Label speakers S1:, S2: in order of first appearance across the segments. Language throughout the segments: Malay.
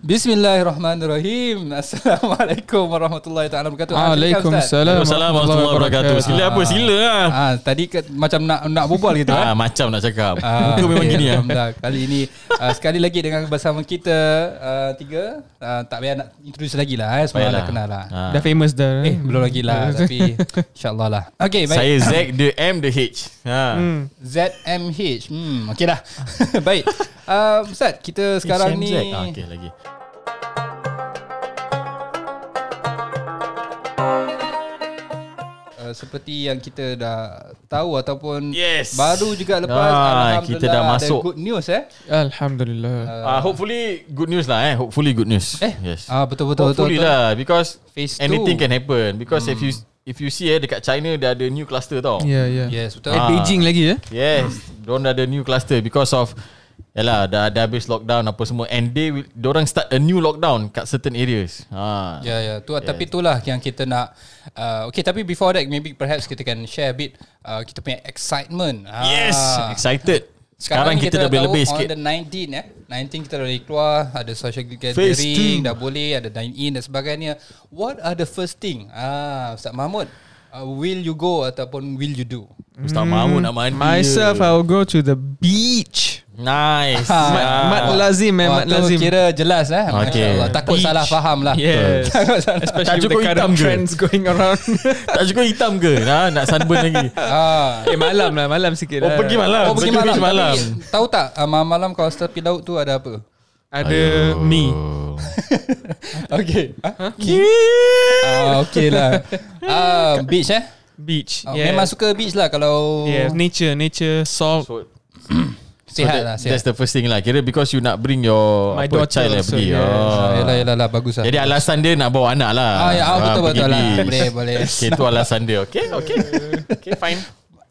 S1: Bismillahirrahmanirrahim. Assalamualaikum warahmatullahi taala wabarakatuh. Ah,
S2: Waalaikumsalam
S3: Assalamualaikum warahmatullahi wabarakatuh. Sila apa? Sila lah.
S1: Ah, tadi ke, macam nak nak berbual gitu kan.
S3: Ah, macam nak cakap.
S1: Ah,
S3: Itu memang
S1: okey,
S3: gini ah.
S1: Alhamdulillah. Kali ini ah, sekali lagi dengan bersama kita ah, tiga ah, tak payah nak introduce lagi lah eh. Semua
S3: Payahlah.
S1: dah kenal lah.
S3: Ah.
S2: Dah famous dah
S1: Eh, belum lagi lah tapi insyaallah lah. Okey, baik. Hmm.
S3: Saya Zack the M the H. Ha.
S1: ZMH. Hmm, okey dah. baik. Uh, Ustaz, kita sekarang ni
S3: Zack. Ah, okey lagi.
S1: uh, seperti yang kita dah tahu ataupun
S3: Yes.
S1: baru juga lepas
S3: Ah,
S1: alhamdulillah
S3: kita dah masuk.
S1: ada good news eh.
S2: Alhamdulillah
S3: Ah, hopefully good news lah eh. Hopefully good news.
S1: Eh,
S3: Yes.
S1: ah, betul, betul,
S3: hopefully
S1: betul, Hmm.
S3: lah because
S1: Phase
S3: anything
S1: two.
S3: can happen because if you if you see eh dekat China dia ada new cluster tau.
S2: Ya ya
S1: Yes, betul.
S2: Eh
S3: Ah.
S2: Beijing lagi ya
S3: Yes, don't ada new cluster because of Yalah dah dah habis lockdown apa semua and they will, orang start a new lockdown kat certain areas. Ha.
S1: Ya ya tu tapi itulah yang kita nak uh, okay tapi before that maybe perhaps kita can share a bit uh, kita punya excitement. Ah.
S3: Yes, excited. Sekarang, kita, dah
S1: tahu
S3: boleh lebih
S1: On
S3: sikit.
S1: the 19 eh. 19 kita dah boleh keluar, ada social
S3: Phase
S1: gathering,
S3: two.
S1: dah boleh, ada dine in dan sebagainya. What are the first thing? Ah, Ustaz Mahmud, uh, will you go ataupun will you do?
S3: Ustaz Mahmud nak mandi.
S2: Myself
S3: Ya. ah.
S2: I will go to the beach
S3: Nice. Ah.
S2: Mat, mat lazim eh
S1: Wah,
S2: Mat
S1: tu
S2: lazim
S1: kira jelas eh. Masya Allah. Takut
S2: Beach.
S1: salah faham lah.
S2: Yes
S1: Takut salah.
S2: Especially
S3: Tajuk
S2: with the
S3: kau
S2: current
S3: hitam ke?
S2: trends going around
S3: tak cukup hitam ke? Ha, nak sunburn lagi.
S1: Ah.
S2: Eh malam lah Malam sikit
S3: Oh,
S2: lah
S3: pergi malam.
S1: Kau pergi
S3: Pergi
S1: malam.
S3: beach malam.
S1: Tapi, tahu tak ah, malam-malam kalau tepi laut tu ada apa?
S2: Ada mi
S1: Okay. Huh? Ha? Ah, okay lah. Ah, beach eh.
S2: Beach
S1: Oh,
S2: yes.
S1: Memang suka beach lah kalau
S2: Yes, nature, nature, salt.
S3: So, so
S1: sihat
S3: that-
S1: lah. Sihat.
S3: That's the first thing lah. Kira because you nak bring your
S2: My
S3: apa,
S2: daughter
S3: child lah
S2: also,
S3: pergi.
S2: yes.
S3: Oh.
S1: Ah, Yalah, yalah, lah, bagus lah.
S3: Jadi alasan dia nak bawa anak lah.
S1: Ah, ya, ah, betul,
S3: pergi
S1: betul lah.
S3: beach.
S1: Boleh, boleh.
S3: Okay, tu alasan dia. Okay, okay. okay, fine.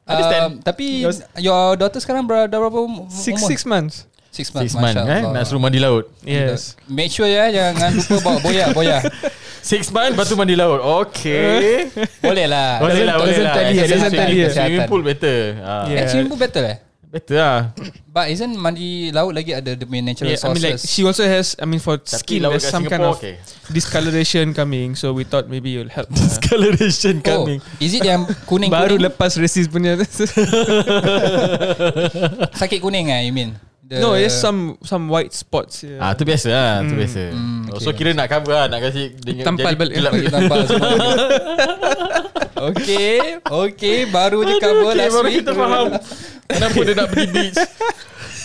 S3: Understand.
S1: Um, tapi
S2: Yes.
S1: your daughter sekarang ber- dah berapa um- umur?
S2: Six six months.
S1: six months.
S3: Six months, eh? Nak suruh mandi laut.
S2: Yes.
S1: Make sure ya jangan lupa bawa boya boya.
S3: Six months, lepas tu mandi laut. Okay.
S1: Boleh lah.
S3: boleh lah, boleh
S2: doesn't
S3: lah.
S2: Ah, tally,
S3: Actually,
S2: doesn't tally.
S3: swimming- Swimming pool better. Ah,
S2: Yeah.
S1: Actually pun better eh.
S3: Better lah.
S1: But isn't mandi laut lagi ada the main natural
S2: Yeah, I mean, like
S1: resources?
S2: she also has. I mean, for skin,
S3: laut
S2: there's
S3: kat
S2: some kind of
S3: Singapore, okay.
S2: discoloration coming. So we thought maybe you'll help. her.
S3: Discoloration
S1: oh,
S3: coming.
S1: is it yang kuning
S2: Baru
S1: kuning?
S2: lepas resis punya.
S1: Sakit kuning ah, you mean? The,
S2: no, it's some some white spots. Yeah.
S3: Ah tu biasa lah,
S2: Hmm,
S3: tu biasa. Oh, so kira nak cover lah, nak kasi dia-
S2: Tampal
S3: jadi
S2: balik.
S3: gelap.
S1: Bagi nampak semua. okay, okay, baru je cover
S3: Okay,
S1: last
S3: baru
S1: week.
S3: kita faham kenapa dia nak pergi beach.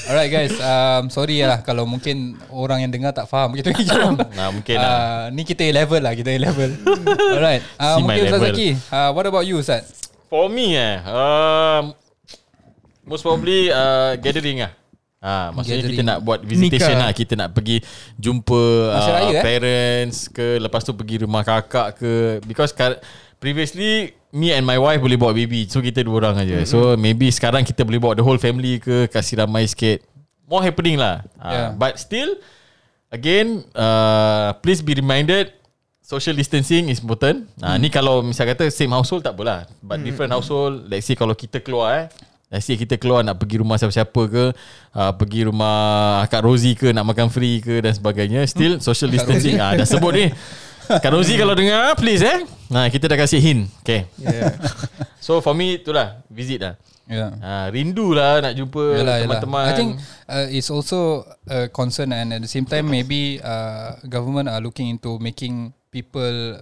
S1: Alright guys, um, sorry lah kalau mungkin orang yang dengar tak faham kita hijau.
S3: Nah, mungkin lah.
S1: uh, ni kita level lah, kita level. Alright. Uh,
S3: See my
S1: mungkin Ustaz
S3: level.
S1: Zaki, uh, what about you Ustaz?
S3: For me eh, um, most probably uh, gathering lah. Ah, maksudnya
S1: Gathering.
S3: kita nak buat visitation
S2: Nikah.
S3: lah. Kita nak pergi jumpa
S1: Masa
S3: uh,
S1: raya, eh?
S3: parents ke lepas tu pergi rumah kakak ke because kar- previously me and my wife boleh bawa baby. So kita dua orang aja. So
S1: Mm-hmm.
S3: maybe sekarang kita boleh bawa the whole family ke kasi ramai sikit. More happening lah.
S1: Yeah.
S3: Ah, but still again uh, please be reminded social distancing is important. Ah
S1: Hmm.
S3: ni kalau misal kata same household tak apalah but different household let's say kalau kita keluar eh let's say kita keluar nak pergi rumah siapa-siapa ke uh, pergi rumah Kak Rozi ke nak makan free ke dan sebagainya
S1: Hmm.
S3: still social distancing ah dah sebut ni Kak Rozi kalau dengar please eh nah kita dah kasih hint okay
S2: Yeah.
S3: so for me itulah visit lah
S1: Yeah.
S3: ah rindu lah nak jumpa
S1: Yalah, yalah.
S3: teman-teman
S1: I think uh, it's also a concern and at the same time maybe uh, government are looking into making people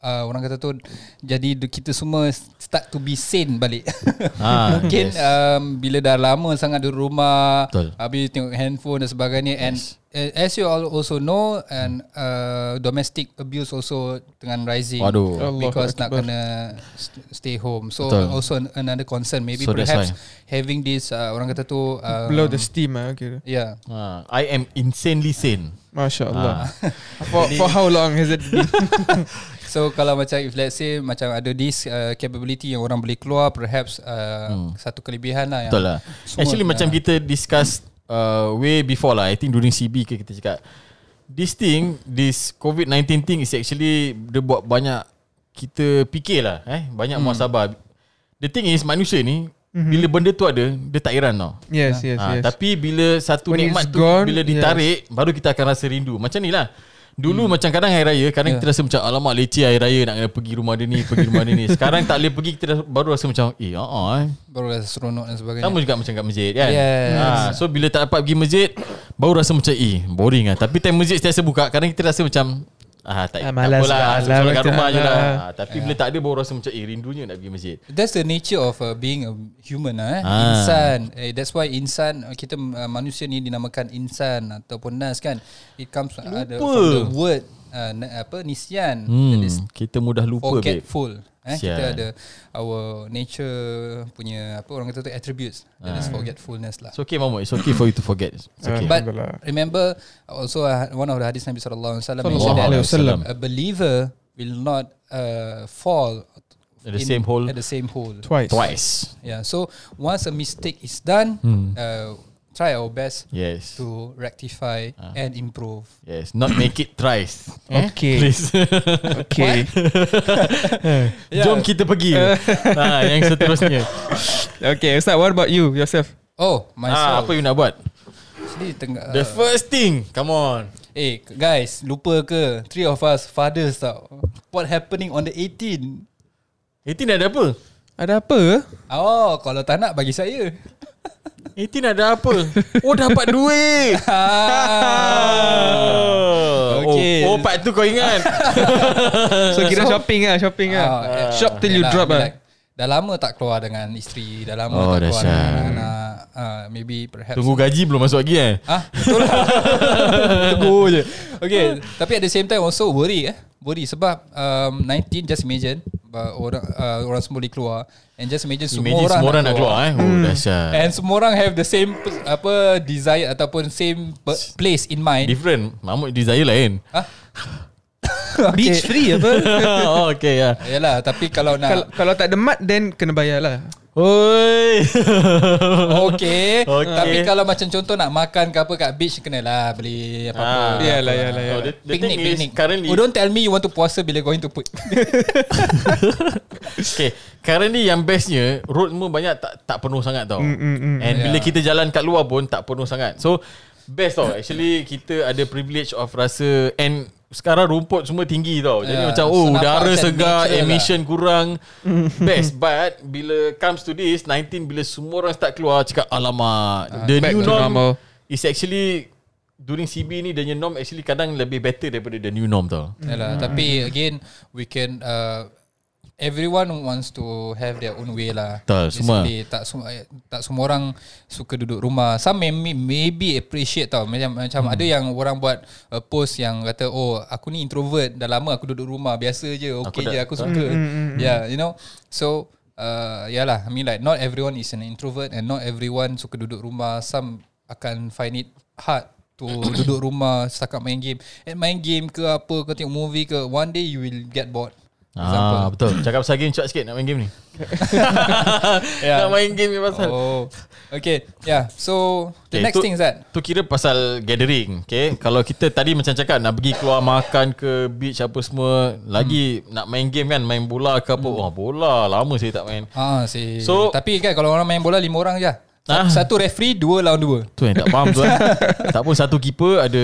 S1: uh, orang kata tu jadi du- kita semua start to be sane balik.
S3: Ah,
S1: Mungkin
S3: yes.
S1: um, bila dah lama sangat di rumah
S3: Betul.
S1: habis tengok handphone dan sebagainya and uh, as you all also know and uh, domestic abuse also dengan rising.
S3: Waduh.
S2: Allah
S1: because nak
S2: Akbar.
S1: kena st- stay home. So
S3: Betul.
S1: also an- another concern maybe
S3: So that's
S1: perhaps having this uh, orang kata tu uh,
S2: Blow the steam. Ah, okay.
S1: yeah.
S3: Ah, I am insanely sane.
S2: Masya Allah.
S3: Ah.
S2: For for how long has it been?
S1: So kalau macam if let's say macam ada this uh, capability yang orang boleh keluar perhaps uh, satu kelebihan lah yang
S3: Hmm. Betul lah.
S1: Semua-
S3: Actually macam
S1: yeah.
S3: kita discuss uh, way before lah. I think during CB ke kita cakap this thing, this COVID-19 thing is actually dia
S2: Hmm.
S3: buat banyak kita fikir lah eh. Banyak muasabah. The thing is manusia ni mm-hmm. bila benda tu ada dia tak heran tau.
S2: Yes, Mhm. yes,
S3: Ha,
S2: yes.
S3: Tapi bila satu
S2: When it's
S3: When nikmat tu
S2: gone,
S3: bila ditarik yes. baru kita akan rasa rindu. Macam ni lah. Dulu hmm. macam kadang hari raya
S2: Ya.
S3: kadang yeah. kita rasa macam alamak leceh hari raya nak kena pergi rumah dia ni, pergi rumah dia ni. Sekarang tak boleh pergi kita dah- baru rasa macam eh ha ah, eh.
S1: Baru rasa seronok dan sebagainya
S3: Sama juga macam kat masjid kan.
S1: Yes.
S3: Ha, so bila tak dapat pergi masjid baru rasa macam eh boring ah. Tapi time masjid sentiasa buka kadang kita rasa macam ah tak,
S2: Ah,
S3: tak
S2: malas lah.
S3: apalah
S2: Alah,
S3: solat kat
S2: macam
S3: rumah je lah.
S2: alah.
S3: Ha, tapi bila tak ada baru rasa macam eh rindunya nak pergi masjid.
S1: That's the nature of uh, being a human eh?
S3: Ah.
S1: insan. Eh, that's why insan uh, kita uh, manusia ni dinamakan insan ataupun nas kan. It comes uh, the, from the word uh, na, apa nisyan
S3: Hmm,
S1: that is
S3: kita mudah lupa babe.
S1: forgetful. Eh,
S3: Sial.
S1: kita ada our nature punya apa orang kata tu attributes that
S3: Ah.
S1: is forgetfulness lah.
S3: It's okay Mahmud, it's okay for you to forget. It's okay. lah.
S1: But remember also uh, one of the hadis Nabi sallallahu alaihi wasallam mentioned
S3: Sallallahu
S1: that
S3: alaihi wasallam.
S1: a believer will not uh, fall
S3: At the same hole.
S1: at the same hole.
S2: Twice.
S3: Twice.
S1: Yeah. So once a mistake is done,
S2: Hmm.
S1: uh, try our best
S3: Yes.
S1: to rectify
S2: Ah.
S1: and improve.
S3: Yes, not make it thrice.
S2: Okay.
S3: eh? Please.
S2: Okay.
S1: Yeah.
S3: Jom kita pergi. ha, yang seterusnya.
S2: okay, Ustaz, what about you yourself?
S1: Oh,
S3: Ah,
S1: myself.
S3: apa you nak buat?
S1: Actually, tengah. uh,
S3: The first thing. Come on.
S1: eh, guys, lupa ke three of us fathers tau. What happening on the 18?
S3: 18 ada apa?
S2: Ada apa?
S1: Oh, kalau tak nak bagi saya.
S3: 18 ada apa? Oh, dapat duit.
S1: Ha. ah.
S3: Ah.
S1: Okay.
S3: Oh, oh, part tu kau ingat.
S2: So kira shopping ah, shopping ah.
S1: Ah,
S2: Shop till you
S1: Yelah,
S2: drop ah.
S1: like, Dah lama tak keluar dengan isteri, dah lama
S3: Oh,
S1: tak keluar
S3: dahsyat.
S1: dengan anak. Uh, maybe perhaps
S3: Tunggu gaji belum masuk lagi eh.
S1: Ah, betul lah. Tunggu je. Okay, tapi at the same time also worry eh. Worry sebab um, 19 just imagine uh, orang uh, orang semua boleh keluar and just imagine,
S3: Imagine semua orang nak keluar eh. Oh, dahsyat.
S1: And semua orang have the same pe- apa desire ataupun same pe- place in
S3: Eh.
S1: mind. Ah.
S3: Different. Mahmud desire lain.
S2: Beach free apa?
S3: oh, okay, ya.
S1: Yalah, tapi kalau
S2: Kalau
S1: nak
S2: kalau tak ada mat then kena bayar lah.
S3: Oi.
S1: okay,
S3: Okay.
S1: tapi kalau macam contoh nak makan ke apa kat beach kenalah beli
S3: Ah,
S1: apa-apa.
S2: Yalah, yalah,
S3: Oh,
S2: yalah.
S3: the, the
S1: Picnic,
S3: thing is
S1: picnic.
S3: currently
S1: Oh, don't tell me you want to puasa bila going to put.
S3: Okay Currently yang bestnya Road semua banyak Tak tak penuh sangat tau mm, mm, mm. And yeah.
S2: Ya.
S3: bila
S1: Yeah.
S3: kita jalan kat luar pun Tak penuh sangat So Best tau Actually kita ada privilege of rasa And sekarang rumput semua tinggi tau Jadi
S2: Ya,
S1: Yeah.
S3: macam Oh
S1: So,
S3: udara
S1: nampak macam
S3: segar
S1: natural lah.
S3: Emission kurang Mm. Best But Bila comes to this 19 bila semua orang start keluar Cakap alamak The
S2: Ah, back
S3: new
S2: to
S3: norm
S2: normal.
S3: Is actually During CB ni The new norm actually kadang Lebih better daripada the new norm tau
S1: Yalah, tapi again we can uh, everyone wants to have their own way lah.
S3: Betul, semua.
S1: Basically, tak semua eh, tak semua orang suka duduk rumah. Some may, may- maybe appreciate tau. Macam macam
S3: Hmm.
S1: ada yang orang buat uh, post yang kata oh aku ni introvert dah lama aku duduk rumah biasa je okay
S3: Aku dah- Hmm,
S1: je aku suka. Yeah, you know. So Uh, yalah, I mean like not everyone is an introvert and not everyone suka duduk rumah. Some akan find it hard to duduk rumah setakat main game. And main game ke apa ke tengok movie ke, one day you will get bored.
S3: Ah, betul. Cakap pasal game cuak sikit nak main game ni. Ya. yeah. Nak main game ni pasal. Oh.
S1: Oh, okay, yeah. So the
S3: Okay,
S1: next
S3: tu-
S1: thing is that
S3: Tu kira pasal gathering, okay? Kalau kita tadi macam cakap nak pergi keluar makan ke beach apa semua,
S1: Hmm.
S3: lagi nak main game kan, main bola ke apa. Wah, bola lama saya tak main.
S1: Ah, si.
S3: So-
S1: tapi kan kalau orang main bola lima orang je.
S3: Ah.
S1: Ah. Satu referee dua lawan dua.
S3: Tu yang tak faham tu eh. tak pun satu keeper ada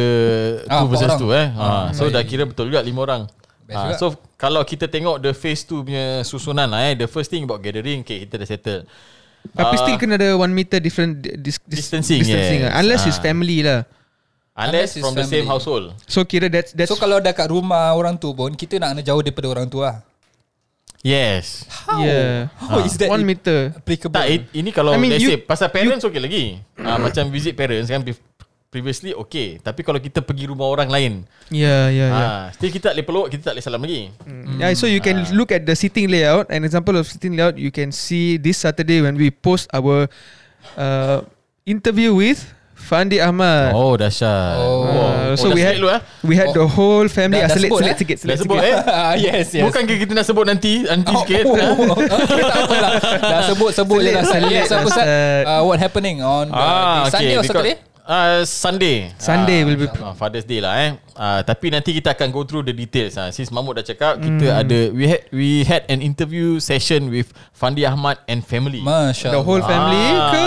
S1: Ah, empat
S3: two versus
S1: orang.
S3: two eh. Ha, so dah kira betul juga lima orang.
S1: Best
S3: Ha,
S1: juga.
S3: so kalau kita tengok the phase 2 punya susunan lah eh. The first thing about gathering, okay, kita dah settle.
S2: Tapi
S3: Ah,
S2: still kena ada one meter different dis, dis,
S3: Distancing,
S2: distancing
S3: yes.
S2: ah. Unless
S3: Ah.
S2: it's family lah.
S1: Unless
S3: Unless
S1: it's
S3: from the same
S1: family.
S3: household.
S2: So kira that's that's
S1: so kalau dekat rumah orang tu pun kita nak kena jauh daripada orang tu lah.
S3: Yes.
S2: yeah.
S1: How is that
S2: one meter.
S1: applicable?
S3: Ah. Tak, it, ini kalau
S2: I
S3: I
S2: mean,
S3: mean, let's
S2: you-
S3: say pasal parents okey lagi. Ah macam visit parents kan pre- previously okey, tapi kalau kita pergi rumah orang lain,
S2: Yeah, yeah, yeah. Mm.
S3: ah still kita tak boleh peluk, kita tak boleh salam lagi.
S2: Yeah, so you can look at the seating layout. An example of seating layout, you can see this Saturday when we post our uh, interview with Fandi Ahmad.
S3: Oh, dahsyat.
S1: Oh.
S2: Uh, so
S3: dah
S2: we had
S3: selit dulu, ah.
S2: we had the whole family.
S1: Dah-
S2: Ah,
S1: dah
S2: select,
S1: sebut,
S2: select
S1: eh?
S2: sikit,
S3: Dah
S2: select
S3: sebut
S2: sikit.
S3: eh?
S1: Ah, yes, yes.
S3: Bukan ke kita nak sebut nanti, nanti oh, sikit.
S1: Oh,
S3: ah?
S1: oh, oh, okay, tak apalah. Dah sebut sebut je
S2: Selit,
S1: lah.
S2: selit,
S1: Yes, apa
S2: Ustaz.
S1: Ustaz? Uh, what happening on the
S3: Ah,
S1: day, Sunday
S3: okay.
S1: or Saturday?
S3: Because, Uh, Sunday
S2: Sunday
S3: Ah,
S2: will be-
S3: insyaAllah, Father's Day lah eh uh, Tapi nanti kita akan go through the details uh. Since Mahmud dah cakap Kita
S2: Hmm.
S3: ada We had we had an interview session With Fandi Ahmad and family
S1: Masya
S2: The whole
S1: Allah.
S2: family ke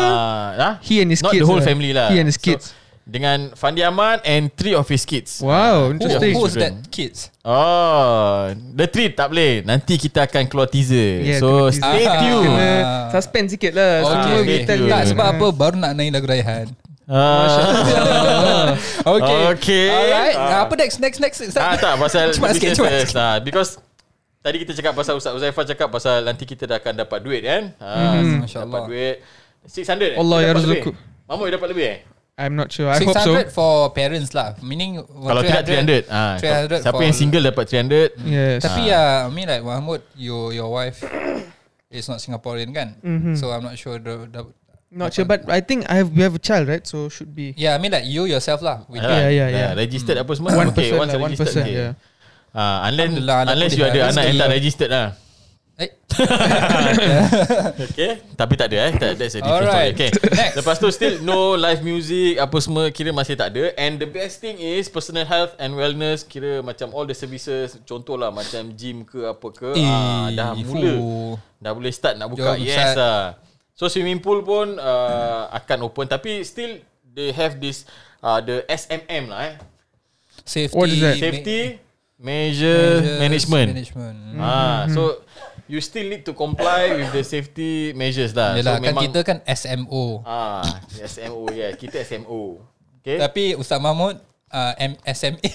S3: ah,
S2: He and his
S3: Not
S2: kids
S3: the whole
S2: lah.
S3: family lah
S2: He and his kids.
S3: so, Dengan Fandi Ahmad And three of his kids
S2: Wow
S1: Who,
S2: Interesting
S1: who's that
S3: Children.
S1: kids?
S3: Oh The three tak boleh Nanti kita akan keluar teaser
S2: Yeah,
S3: yeah, So
S2: Ya, kena teaser.
S3: stay
S1: Ah.
S3: tuned
S2: Kena
S1: Ah.
S2: suspend sikit lah
S1: Oh,
S2: Semua
S3: oh. okay.
S2: kita
S3: Okay.
S1: Tak
S3: Yeah.
S1: sebab apa baru nak naik lagu Raihan.
S3: Ah.
S1: okay.
S3: Okay.
S1: Alright.
S3: Ah.
S1: Apa next next next?
S3: Ah tak pasal
S1: Cepat sikit,
S3: business
S1: cepat
S3: first.
S1: sikit.
S3: Ah, because tadi kita cakap pasal Ustaz Uzaifah cakap pasal nanti kita dah akan dapat duit kan. Ah,
S1: Hmm.
S3: dapat
S1: Masya-Allah.
S3: duit 600. eh?
S2: Allah
S3: Kita
S2: ya
S3: dapat
S2: Razzaqu.
S3: lebih? Mahmud you dapat lebih eh?
S2: I'm not sure I hope so
S1: 600 for parents lah. Meaning
S3: Kalau tidak 300. Ah,
S1: 300
S3: siapa
S1: for-
S3: yang single dapat 300?
S2: Yes
S1: Tapi
S3: Ah.
S1: ya, uh, I mean like Mahmud, your your wife is not Singaporean kan? Mm-hmm. So I'm not sure the, the
S2: Not sure but I think I have, we have a child right So should be
S1: Yeah, I mean like you yourself lah. With
S2: Yeah, yeah, yeah.
S3: Dah registered apa semua.
S2: One
S3: okay,
S2: person
S3: once
S2: lah, one
S3: registered.
S2: person,
S3: okay.
S2: yeah.
S3: Ah, unless
S1: Alhamdulillah, anak
S3: unless
S1: pun
S3: you
S1: dah
S3: ada anak yang tak
S1: registered.
S3: registered lah.
S1: Eh,
S3: Okay Tapi tak ada eh tak, That's a different
S1: Alright.
S3: story Okay
S1: Next.
S3: Lepas tu still No live music Apa semua Kira masih tak ada And the best thing is Personal health and wellness Kira macam all the services Contoh lah Macam gym ke apa ke
S1: Eh,
S3: ah, Dah mula
S1: fuh.
S3: Dah boleh start nak buka
S1: Jom,
S3: Yes
S1: start.
S3: lah So swimming pool pun uh, Akan open Tapi still They have this uh, The SMM lah eh
S1: safety.
S2: What is that?
S1: ma-
S3: Safety Measure
S1: measures,
S3: Management
S1: Management. Mm.
S3: Ah, so you still need to comply with the safety measures lah.
S1: Yelah,
S3: so
S1: kan kita kan SMO.
S3: ah SMO yeah, kita SMO. Okay.
S1: Tapi Ustaz Mahmud uh, MSME.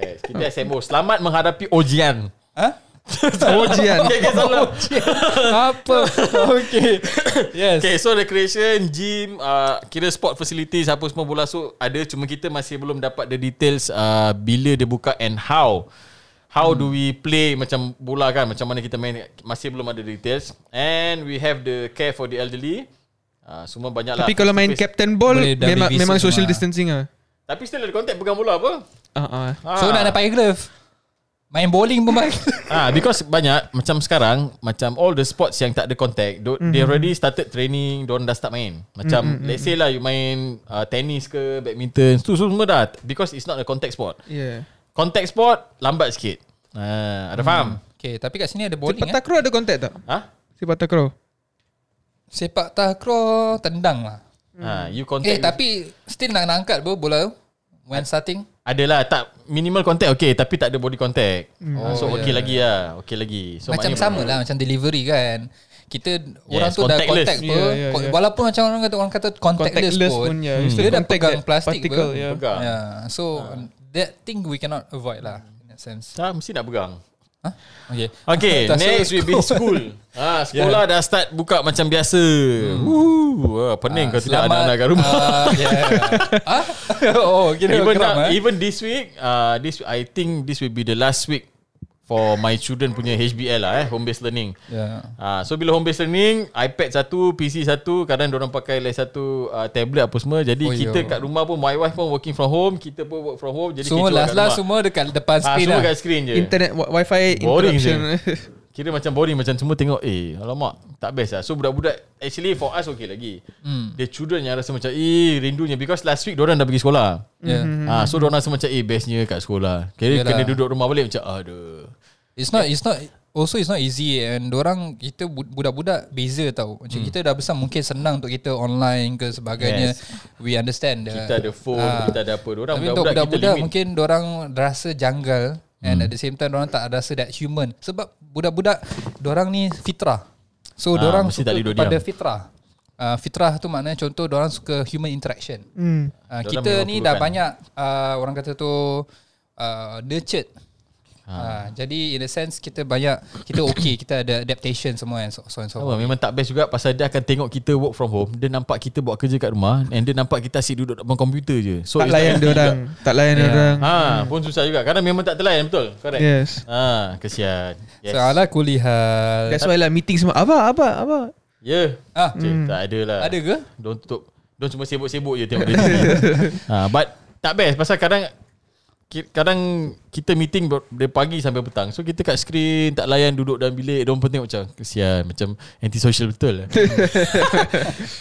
S3: Yes, kita SMO. Selamat menghadapi ujian.
S1: ha?
S2: Ojian
S3: Okay, okay, salam.
S1: Apa? okay. Yes.
S3: okay, so recreation, gym, uh, kira sport facilities apa semua bola so ada cuma kita masih belum dapat the details uh, bila dia buka and how. How do we play macam bola kan macam mana kita main masih belum ada details and we have the care for the elderly. Uh, semua banyak lah
S2: Tapi kalau main
S3: Face-to-face.
S2: captain ball
S1: Boleh dah
S2: Memang,
S1: revisit
S2: memang social
S1: semua.
S2: distancing lah
S3: Tapi still ada contact pegang bola apa?
S2: uh-uh.
S1: So nak nak pakai glove. Main bowling pun pakai.
S3: Ah, because banyak macam sekarang macam all the sports yang tak ada contact, do, mm-hmm. they already started training, don dah start main. Macam mm-hmm. let's say lah you main uh, tennis ke badminton, tu so, semua dah because it's not a contact sport.
S2: Yeah
S3: Contact sport lambat sikit. Ah, ada faham?
S1: okay, tapi kat sini ada
S2: Si
S1: bowling eh.
S2: Patakro ada contact tak?
S3: Ha?
S2: Si Patakro
S1: Sepak takraw tendang lah.
S3: Ah, you
S1: Eh
S3: contact.
S1: tapi still nak nak angkat pun bola tu when starting.
S3: Adalah lah, tak minimal contact okay tapi tak ada body contact. Oh, so
S1: Oh,
S3: okay
S1: yeah.
S3: lagi lah, okay lagi.
S1: So
S3: So
S1: macam
S3: maknanya-
S1: sama lah macam delivery kan. Kita yes, orang tu dah
S3: contactless.
S1: contact pun.
S2: Yeah, yeah,
S1: Ko-
S2: yeah.
S1: Walaupun macam orang kata orang kata contactless,
S2: Contactless
S1: pun.
S2: pun, yeah. You
S1: hmm.
S2: still
S1: Dia dah
S2: contact
S1: pegang
S2: that
S1: plastik
S2: particle,
S1: pun.
S2: yeah.
S1: Yeah.
S3: Pegang. Ah.
S1: yeah. So that thing we cannot avoid lah in that sense.
S3: Tak Ah, mesti nak pegang.
S1: Huh? Okay.
S3: Okay,
S1: Tak, so
S3: next we've been school. Ah, sekolah dah start buka macam biasa. Hmm. Woo, ah,
S1: Ah,
S3: pening ah, kalau tidak ada
S1: selamat,
S3: anak kat rumah.
S1: ah, yeah. ah? Oh, kira
S3: even
S1: geram,
S3: now,
S1: eh.
S3: even this week, uh, this I think this will be the last week for my children punya HBL lah eh, home based learning.
S1: Yeah.
S3: Ah, so bila home based learning, iPad satu, PC satu, kadang orang pakai les satu uh, tablet apa semua. Jadi
S1: Oh,
S3: oh, kita
S1: yo.
S3: kat rumah pun my wife pun working from home, kita pun work from home. Jadi
S1: Semua
S3: kecoh kat
S1: last lah
S3: rumah.
S1: semua dekat depan
S3: Ah,
S1: screen
S3: semua
S1: lah.
S3: kat screen je.
S2: Internet wi- Wi-Fi
S3: Boring je.
S2: interruption
S3: Kira macam boring Macam semua tengok Eh alamak Tak best lah So budak-budak Actually for us okay lagi
S1: Hmm.
S3: mm. The children yang rasa macam Eh rindunya Because last week Diorang dah pergi sekolah
S1: Yeah.
S3: mm. ha, So diorang rasa macam Eh bestnya kat sekolah
S1: Ya.
S3: Kira
S1: Yalah.
S3: kena duduk rumah balik Macam aduh
S1: It's not it's not also it's not easy and orang kita bu- budak-budak beza tau. Macam hmm. kita dah besar mungkin senang untuk kita online ke sebagainya.
S3: Yes.
S1: Yes. We understand the,
S3: Kita ada phone
S1: Ah.
S3: Kita ada apa Diorang
S1: Tapi untuk
S3: budak-budak kita
S1: budak-budak
S3: limit Hmm.
S1: mungkin orang rasa janggal and at the same time orang tak rasa that human sebab budak-budak orang ni fitrah. So
S3: Ah,
S1: orang
S3: mesti
S1: suka
S3: tak boleh duduk
S1: kepada
S3: diam.
S1: fitrah. Uh, fitrah tu maknanya contoh orang suka human interaction.
S2: Hmm.
S1: Uh,
S3: Dorang
S1: kita
S3: memang
S1: ni dah
S3: perlukan.
S1: banyak uh, orang kata tu uh, nurtured. Ha.
S3: Ah.
S1: jadi in a sense kita banyak kita okay kita ada adaptation semua and so, so and so
S3: Tahu,
S1: forth.
S3: memang tak best juga pasal dia akan tengok kita work from home dia nampak kita buat kerja kat rumah and dia nampak kita asyik duduk depan komputer je so
S2: Tak
S3: it's
S2: layan dia
S3: healthy
S2: orang
S3: juga.
S2: Tak layan dia orang
S3: ha pun susah juga Kadang memang tak terlayan betul correct
S2: Yes
S3: ha kesian yes
S1: Yes. So ala kulihal.
S2: That's why lah meeting semua Apa apa apa
S3: Ya. Yeah.
S1: Ah.
S3: Cik,
S2: Hmm.
S3: tak ada lah.
S1: Ada ke?
S3: Don tutup. Don cuma sibuk-sibuk je tengok dia. ha, but tak best pasal kadang ki- kadang kita meeting ber- dari pagi sampai petang. So kita kat screen tak layan duduk dalam bilik. Don pun tengok macam kesian macam antisocial betul. lah.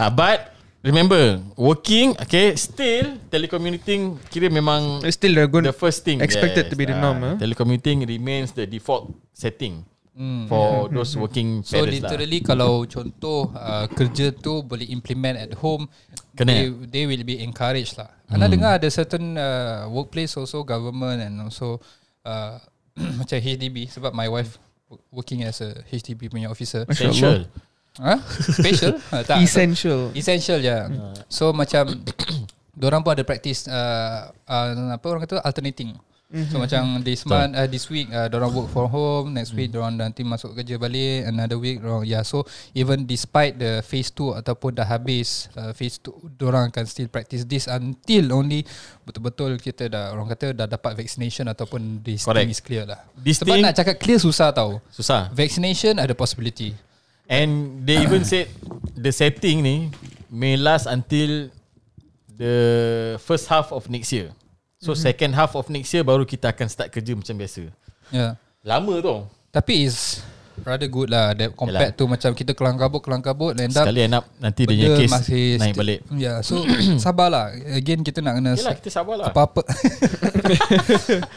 S3: ha, but Remember Working Okay Still Telecommuting Kira memang
S2: It's still the good
S3: The first thing
S2: expected
S3: yes,
S2: to be the
S3: ah,
S2: norm, eh?
S3: Telecommuting remains the default setting
S2: Hmm.
S3: For those working
S1: So
S3: parents lah
S1: literally kalau contoh uh, kerja tu boleh implement at home
S3: Kena. Hmm.
S1: they, they will be encouraged lah. Ana dengar ada certain uh, workplace also government and also uh, macam HDB sebab my wife wo- working as a HDB punya officer.
S3: Essential
S1: Ha? Special? ha, tak.
S2: essential.
S1: Essential ya.
S3: Ah.
S1: So macam orang pun ada practice uh, uh, apa orang kata alternating. So macam this month uh, this week uh, orang work from home, next week
S3: Hmm.
S1: orang nanti masuk kerja balik, another week orang yeah. So even despite the phase 2 ataupun dah habis uh, phase 2 orang akan still practice this until only betul-betul kita dah orang kata dah dapat vaccination ataupun this
S3: Correct.
S1: thing is clear lah.
S3: This
S1: Sebab
S3: thing-
S1: nak cakap clear susah tau.
S3: Susah
S1: Vaccination ada possibility.
S3: And they even said the setting ni may last until the first half of next year.
S1: Mhm.
S3: So mm-hmm. second half of next year baru kita akan start kerja macam biasa.
S1: Yeah.
S3: Lama tu.
S1: Tapi is rather good lah that compared to macam kita kelang kabut kelang kabut end up
S3: Sekali end up nanti dia
S1: benda
S3: punya case
S1: masih
S3: naik
S1: sti-
S3: balik.
S1: Yeah, so sabarlah. Again kita nak kena
S3: Yelah kita sabarlah.
S1: apa-apa.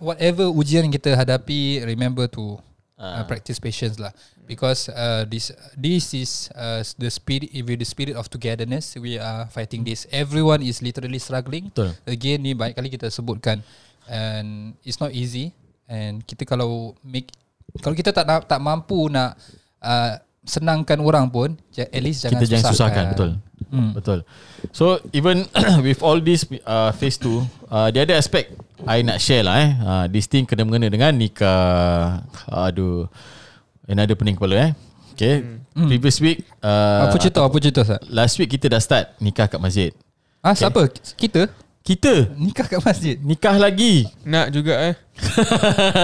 S1: Whatever ujian kita hadapi, remember to
S3: Ah.
S1: uh, practice patience lah. Because uh, this this is uh, the spirit if the spirit of togetherness we are fighting this. Everyone is literally struggling.
S3: Betul.
S1: Again ni banyak kali kita sebutkan and it's not easy and kita kalau make kalau kita tak na- tak mampu nak uh, senangkan orang pun ja- at least jangan
S3: kita jangan susahkan, susahkan. betul.
S1: Hmm.
S3: Betul. So even with all this uh, phase 2, uh, dia ada aspek I nak share lah eh. Uh, this thing kena mengena dengan nikah. Aduh. Another pening kepala eh. Okay. Hmm. Previous week uh,
S1: apa cerita apa cerita Sat?
S3: Last week kita dah start nikah kat masjid.
S1: Ah okay. siapa? Kita
S3: Kita
S1: nikah kat masjid.
S3: nikah lagi.
S2: Nak juga eh.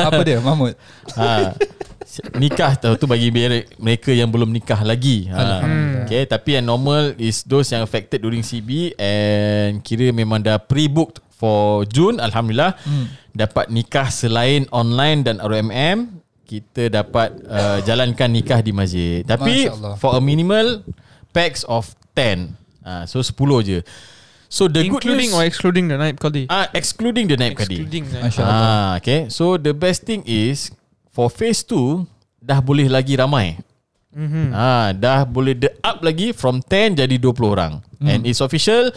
S1: Apa dia Mahmud?
S3: ha. Nikah tu, tu bagi mere- mereka yang belum nikah lagi. Ha. Okay, tapi yang normal is those yang affected during CB and kira memang dah pre-booked for June alhamdulillah hmm. dapat nikah selain online dan RMM kita dapat uh, jalankan nikah di masjid. Tapi
S1: Masya Allah.
S3: for a minimal packs of 10. Ha, so 10 je. So the
S2: Including or
S3: good news
S2: excluding the night Kaldi?
S3: ah excluding the naib kadi.
S2: Excluding night.
S1: Masya Allah.
S3: Ah, okay. So the best thing is for phase 2 dah boleh lagi ramai.
S1: Hmm.
S3: Mm-hmm. Ah, dah boleh the up lagi from 10 jadi 20 orang.
S1: Hmm.
S3: Mm. And it's official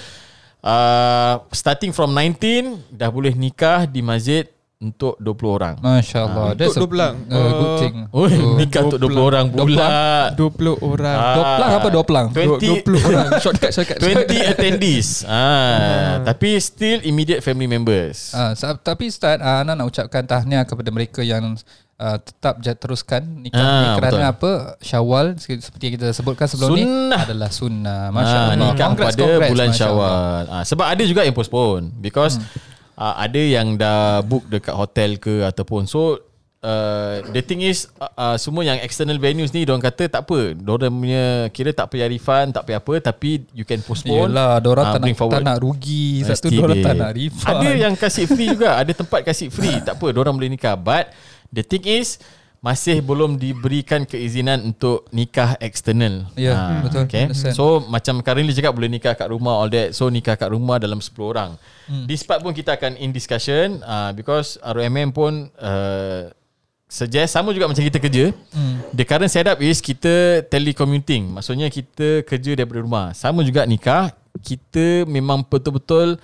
S3: uh, starting from 19 dah boleh nikah di masjid untuk 20 orang.
S1: Masya Allah.
S2: Untuk
S1: That's a
S2: dua belang.
S1: uh, good thing.
S3: Ah. Oh, nikah untuk 20 orang pula.
S2: 20 orang.
S3: Ah,
S1: Dua pelang apa dua pelang?
S3: Twen- 20
S2: 20, 20 orang. Shortcut, shortcut.
S3: 20 attendees. Ah, tapi still immediate family members.
S1: Ah, sa- tapi Ustaz, ah, Ana nak ucapkan tahniah kepada mereka yang ah, tetap ja- teruskan nikah
S3: Ah,
S1: ni kerana
S3: betul.
S1: apa? Syawal se- seperti yang kita sebutkan sebelum ni
S3: Sunnah.
S1: adalah sunnah. Masya
S3: Masya ah,
S1: Allah.
S3: Nikah
S1: Congrats,
S3: pada
S1: congrats,
S3: bulan
S1: Masya Allah.
S3: Syawal. Ah, sebab ada juga yang postpone because hmm. ah, ada yang dah book dekat hotel ke ataupun so uh, the thing is uh, uh, semua yang external venues ni diorang kata tak apa. Diorang punya kira tak payah refund, tak payah apa tapi you can postpone.
S1: Yelah, dorang
S3: ah,
S1: tak nak,
S3: bring forward.
S1: tak nak rugi. Satu
S3: Mesti
S1: dorang
S3: dia.
S1: tak nak refund.
S3: Ada yang kasih free juga Ada tempat kasih free Tak apa Diorang boleh nikah But The thing is masih belum diberikan keizinan untuk nikah eksternal.
S1: Ya,
S3: Ah,
S1: betul.
S3: Okay.
S1: Understand.
S3: So macam currently cakap boleh nikah kat rumah all that. So nikah kat rumah dalam 10 orang. Hmm. This part pun kita akan in discussion uh, because RMM pun uh, suggest sama juga macam kita kerja. Hmm. The current setup is kita telecommuting. Maksudnya kita kerja daripada rumah. Sama juga nikah, kita memang betul-betul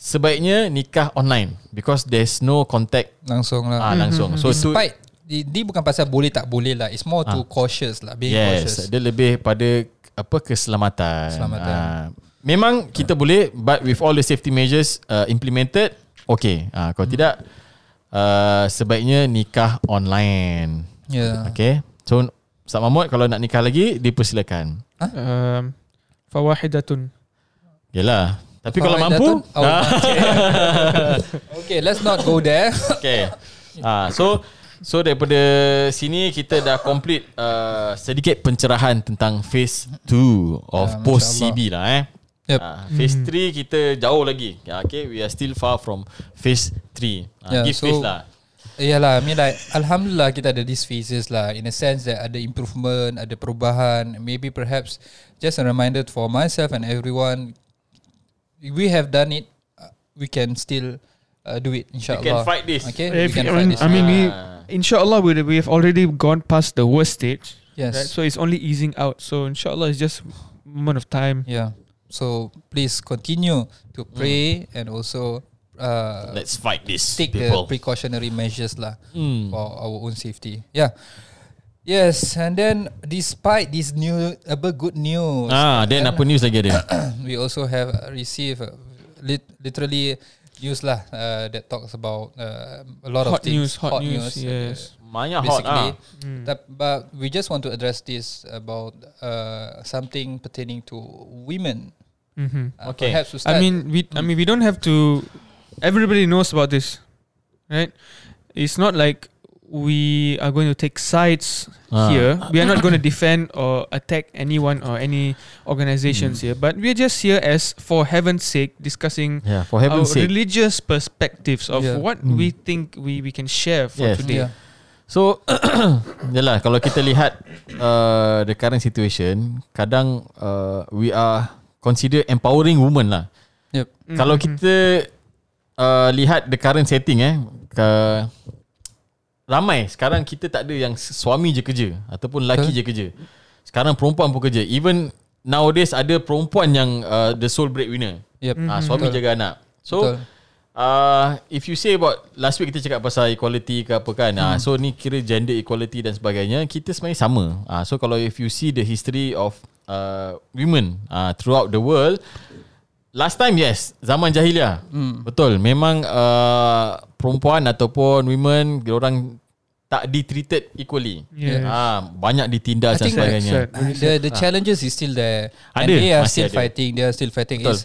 S3: sebaiknya nikah online because there's no contact
S1: Langsung lah.
S3: ah langsung. So tu Ah.
S1: Despite, di, di bukan pasal boleh tak boleh lah. It's more to cautious lah. Being
S3: yes,
S1: cautious.
S3: dia lebih pada apa keselamatan.
S1: Keselamatan.
S3: Ah, memang kita boleh but with all the safety measures uh, implemented, okay. Ah
S1: Hmm.
S3: kalau tidak uh, sebaiknya nikah online.
S1: Yeah.
S3: Okay. So Ustaz Mahmud kalau nak nikah lagi dipersilakan.
S2: Um, Fawahidatun.
S3: Yalah. Tapi kalau
S1: Faham,
S3: mampu,
S1: Datuk?
S3: Ah.
S1: Oh, okay, let's not go there.
S3: Okay. Ah, so so daripada sini kita dah complete uh, sedikit pencerahan tentang phase 2 of
S1: Ya,
S3: post CB lah eh.
S1: Yep. Hmm.
S3: Ah, phase 3 kita jauh lagi. Ah, Okay, we are still far from phase 3.
S1: Ya,
S3: Ah, give
S1: so-
S3: face lah.
S1: Yalah, I mean like Alhamdulillah kita ada these phases lah In a sense that ada improvement, ada perubahan Maybe perhaps just a reminder for myself and everyone We have done it uh, We can still uh, do it insyaAllah
S3: can fight this.
S1: Okay, we
S2: If,
S1: can
S2: I
S1: fight
S2: mean,
S1: this
S2: I mean we,
S3: Ah.
S2: inshallah, we, we have already gone past the worst stage.
S1: Yes
S2: Right? So it's only easing out. So inshallah, it's just moment of time.
S1: Yeah So please continue to pray And also uh,
S3: Mm. Let's fight this
S1: take
S3: people.
S1: the precautionary measures lah
S3: Mm.
S1: for our own safety. Yeah. Yes, and then despite this new apa good news,
S3: Ah, then apa news lagi ada?
S1: we also have received uh, lit- literally news lah uh, that talks about uh, a lot of
S2: Hot
S1: things.
S2: news, hot news, yes. Hmm.
S3: Banyak hot
S1: Basically,
S3: ah.
S1: Tap- but we just want to address this about uh, something pertaining to women.
S2: hmm
S1: Uh,
S3: Okay.
S1: perhaps to start.
S2: I mean, we. I mean, we don't have to. Everybody knows about this, right? It's not like we are going to take sides
S3: Ah.
S2: here. We are not going to defend or attack anyone or any
S1: Mm.
S2: organizations here. But we're just here as, for heaven's sake, discussing
S3: Yeah, for
S2: our
S3: heaven's sake.
S2: religious perspectives of
S1: Yeah.
S2: what
S3: Mm.
S2: we think we we can share for
S3: Yes.
S2: today.
S1: yeah.
S3: So Yalah kalau kita lihat uh, The current situation Kadang uh, We are Consider empowering women lah
S1: Yep.
S3: mm-hmm. Kalau kita uh, Lihat the current setting eh ke, Ramai Sekarang kita tak ada yang Suami je kerja Ataupun lelaki je kerja Sekarang perempuan pun kerja Even Nowadays ada perempuan yang uh, The sole breadwinner
S1: Yep.
S3: mm-hmm. ha, Suami jaga anak So
S1: Hmm, Betul.
S3: uh, If you say about Last week kita cakap pasal equality ke apa kan hmm. So ni kira gender equality dan sebagainya Kita sebenarnya sama uh, So kalau if you see the history of uh, Women uh, Throughout the world Last time yes Zaman jahiliah hmm. Betul Memang uh, Perempuan ataupun women Orang tak di treated equally
S2: Yeah.
S3: Ah, banyak ditindas
S1: I
S3: dan
S1: think
S3: sebagainya.
S1: the the challenges is still there and
S3: Ah. Ada,
S1: they are
S3: masih
S1: still
S3: ada.
S1: fighting they are still fighting
S3: Betul.
S1: is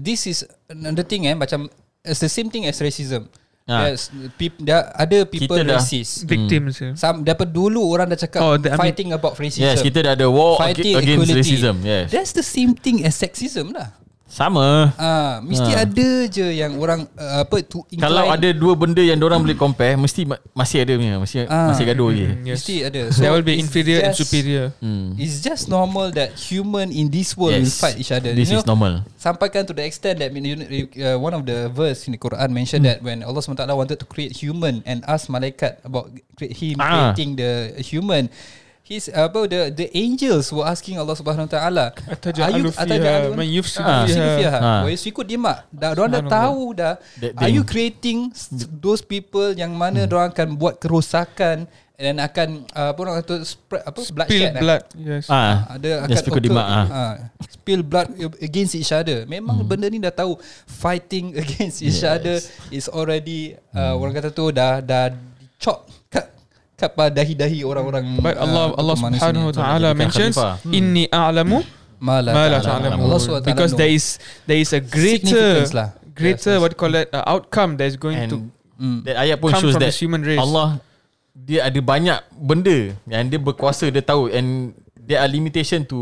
S1: this is another thing eh macam it's the same thing as racism
S3: Ah.
S1: There's peop, there are other people
S3: Kita dah-
S1: racist
S2: Victims. yeah.
S1: Some dapat dulu orang dah cakap oh,
S2: Oh, the- I mean-
S1: fighting about racism
S3: Yes, kita dah ada war ag-
S1: fighting
S3: against
S1: equality.
S3: racism. Yes.
S1: that's the same thing as sexism lah
S3: Sama.
S1: ah mesti ada je yang orang uh, apa tu incline
S3: Kalau ada dua benda yang orang boleh compare, mesti ma- masih ada punya, masih
S1: Ah.
S3: masih gaduh lagi.
S2: Mm, Yes.
S1: mesti ada
S2: there will be
S1: it's
S2: inferior and
S1: just-
S2: superior.
S3: Hmm.
S1: it's just normal that human in this world will fight each other
S3: This
S1: you
S3: is
S1: know,
S3: normal.
S1: Sampaikan to the extent that when you- uh, one of the verse in the Quran mentioned that
S3: Hmm.
S1: when Allah SWT wanted to create human and asked malaikat about create him
S3: Ah.
S1: creating the human his apa the the angels were asking Allah Subhanahu Wa Taala are you
S2: Ataja'alu fiha man
S1: ataja'alu
S2: yufsidu
S3: Ah.
S1: Sini
S2: fiha.
S1: fiha.
S3: Ah.
S1: Wa yusikud dima. Dah orang dah
S2: Subhanallah.
S1: tahu dah.
S3: That
S1: Are
S3: thing.
S1: you creating s- those people yang
S3: Hmm.
S1: mana orang akan buat kerosakan dan akan uh, apa orang kata spread apa
S2: Spill
S1: bloodshed eh?
S2: blood. Yes.
S3: Ah.
S1: ada akan
S3: Just pikul dimak ah.
S1: ha, spill blood against each other memang hmm. benda ni dah tahu fighting against each
S3: Yes. Hmm.
S1: other is already uh, orang kata tu dah dah chop kat kat pada dahi-dahi orang-orang
S2: But Allah
S1: ah,
S2: Allah
S1: manusia
S2: Subhanahu wa
S1: ni.
S2: taala
S3: Jadikan
S2: mentions
S3: khalifah.
S2: inni a'lamu
S1: ma la
S2: ma
S1: ta'lamun.
S2: la ta'lamun.
S1: Allah SWT
S2: because
S1: know.
S2: there is there is a greater
S1: Significance lah.
S2: greater
S1: Yes, yes.
S2: what you call it uh, outcome that is going
S3: And
S2: to
S1: hmm.
S3: that ayat pun
S2: come
S3: shows
S2: from
S3: that
S2: this human race.
S3: Allah dia ada banyak benda yang dia berkuasa dia tahu and there are limitation to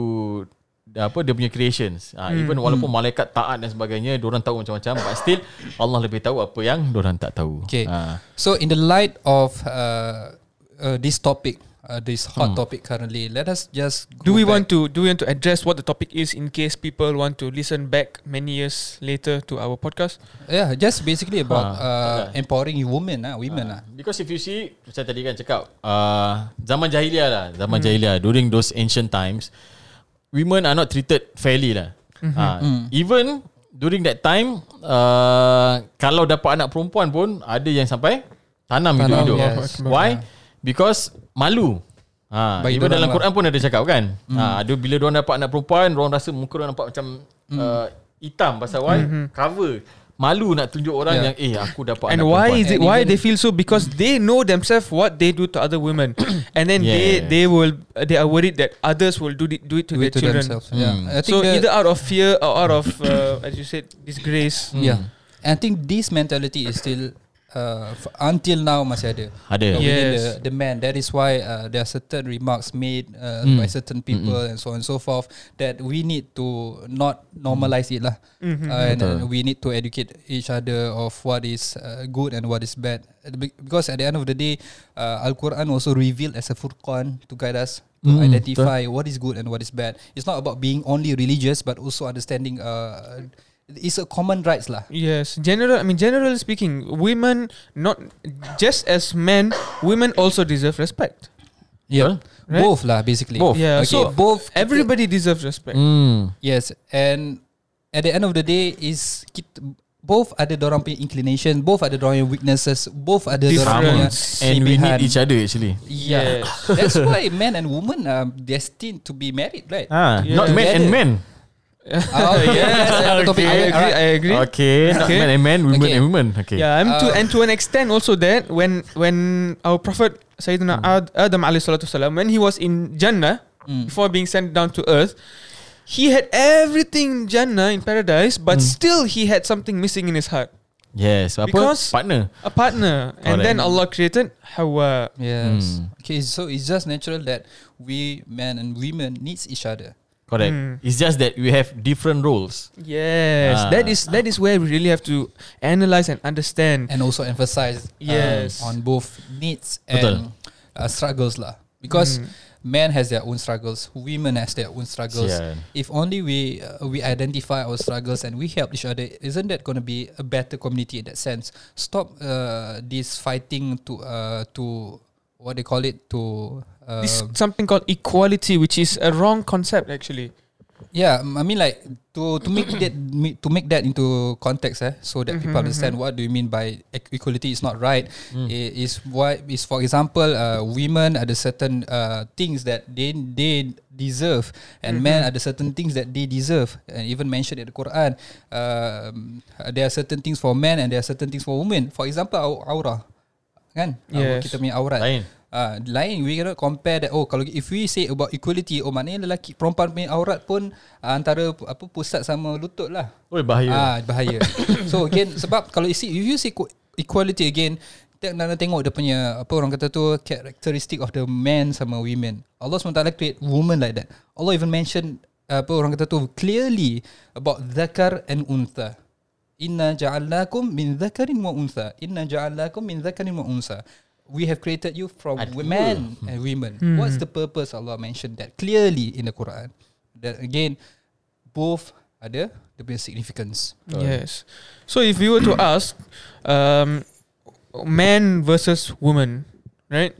S3: apa dia punya creations. Ah
S1: Hmm,
S3: even walaupun malaikat taat dan sebagainya, dia orang tahu macam-macam but still Allah lebih tahu apa yang dia orang tak tahu.
S1: Okay.
S3: Ah.
S1: So in the light of uh, uh, this topic, uh, this
S3: Hmm.
S1: hot topic currently, let us just
S2: do
S1: go
S2: we
S1: back.
S2: want to do we want to address what the topic is in case people want to listen back many years later to our podcast?
S1: yeah just basically about
S3: Ah,
S1: uh,
S3: betul
S1: empowering women ah women ah
S3: Because if you see Macam tadi kan cakap uh, Zaman jahiliah lah
S2: Hmm.
S3: Zaman mm. jahiliah During those ancient times Women are not treated fairly lah mm-hmm. uh,
S1: Hmm.
S3: mm. Even During that time uh, Kalau dapat anak perempuan pun Ada yang sampai Tanam hidup-hidup
S1: yes.
S3: Why? Because Malu Ha,
S1: Bagi
S3: even
S1: dorang lah.
S3: dalam
S1: Hmm.
S3: Quran pun ada cakap kan. Mm. Ha, ada bila diorang dapat anak perempuan, diorang rasa muka diorang nampak macam mm.
S1: Hmm.
S3: uh, hitam pasal why? Mm-hmm. Cover. Malu nak tunjuk orang
S1: Yeah.
S3: yeah. yang eh aku dapat
S2: Hmm. and
S3: anak
S2: why
S3: perempuan.
S2: is it
S1: And
S2: why
S1: even-
S2: they feel so because they know themselves what they do to other women and then
S3: Yeah.
S2: they they will they are worried that others will do it do it
S1: do
S2: to
S1: it
S2: their
S1: to
S2: children
S1: themselves yeah
S3: Mm.
S1: I think
S2: so
S1: the-
S2: either out of fear or out of uh, as you said disgrace
S1: Hmm. yeah and I think this mentality is still uh, f- until now masih ada.
S3: Ada.
S1: So within
S2: Yes.
S1: The, the man. That is why uh, there are certain remarks made uh, by
S3: Mm.
S1: certain people and so on and so forth that we need to not
S3: Mm.
S1: normalize it lah.
S2: Mm-hmm.
S1: Uh, and, and we need to educate each other of what is uh, good and what is bad. Uh, be- Because at the end of the day, uh, Al Quran also revealed as a furqan to guide us. To
S3: Mm,
S1: identify what is good and what is bad. It's not about being only religious, but also understanding. Uh, it's a common rights lah.
S2: Yes, general. I mean, generally speaking, women not just as men, women also deserve respect.
S1: Yeah,
S2: Right?
S1: both lah basically.
S3: Both.
S2: Yeah.
S1: Okay,
S2: So
S1: both
S2: everybody deserves respect.
S1: Mm,
S3: Hmm.
S1: Yes, and at the end of the day is kita, both ada dorang punya inclination, both ada dorang punya weaknesses, both ada dorang punya
S3: Sama.
S2: Different.
S3: And we
S1: kelebihan.
S3: need each other actually.
S1: Yeah,
S2: Yes.
S1: that's why men and women are destined to be married, right?
S3: Ah,
S2: Yeah.
S3: not men and
S1: Together.
S3: men.
S1: Oh, yes, another topic.
S2: I
S1: Okay,
S2: agree.
S1: alright.
S2: I agree.
S3: Okay, not
S2: Okay.
S3: men and men, women
S1: Okay.
S3: and women. Okay.
S2: Yeah, I'm to
S1: Um,
S2: and to an extent also that when when our Prophet
S3: Hmm.
S2: Sayyidina Ad, Adam alayhi salatu wasalam, when he was in Jannah
S1: Mm.
S2: before being sent down to earth, he had everything in Jannah in paradise, but
S3: Hmm.
S2: still he had something missing in his heart.
S3: Yes, apa?
S2: Because-
S3: partner.
S2: A partner. And then Allah created Hawa.
S1: Yes.
S3: Hmm.
S1: Okay, so it's just natural that we men and women needs each other.
S3: Correct.
S2: Mm.
S3: It's just that we have different roles.
S2: Yes.
S3: Ah.
S2: That is that is where we really have to analyze and understand.
S1: and also emphasize um,
S2: Yes.
S1: on both needs and
S3: Betul.
S1: uh, struggles lah because men has their own struggles women has their own struggles
S3: Sian.
S1: if only we uh, we identify our struggles and we help each other isn't that going to be a better community in that sense stop uh, this fighting to uh, to what they call it to uh,
S2: This something called equality, which is a wrong concept actually.
S1: Yeah, um, I mean like to to make that me- to make that into context, eh, so that people understand what do you mean by e- equality is not right. I- Is why is for example, uh, women are the certain uh, things that they they deserve, and men are the certain things that they deserve, and even mentioned in the Quran, um, there are certain things for men and there are certain things for women. For example, our aura, kan? Our,
S2: Yes.
S1: kita punya aurat.
S3: Lain.
S1: Ah, lain we cannot compare that oh kalau if we say about equality oh maknanya lelaki perempuan punya aurat pun ah, antara pu- apa pusat sama lutut lah.
S3: Oh,
S1: Ah
S3: bahaya.
S1: bahaya. so again sebab kalau you see if you say equ- equality again tak nak nak tengok dia punya apa orang kata tu characteristic of the man sama women. Allah SWT create woman like that. Allah even mention apa orang kata tu clearly about zakar and untha. Inna ja'alnakum min dhakarin wa untha. Inna ja'alnakum min dhakarin wa untha. We have created you from men and women. What's the purpose? Allah mentioned that clearly in the Quran. That again, both ada the punya significance.
S2: Mm. Yes. So if you were to ask, um, man versus woman, right?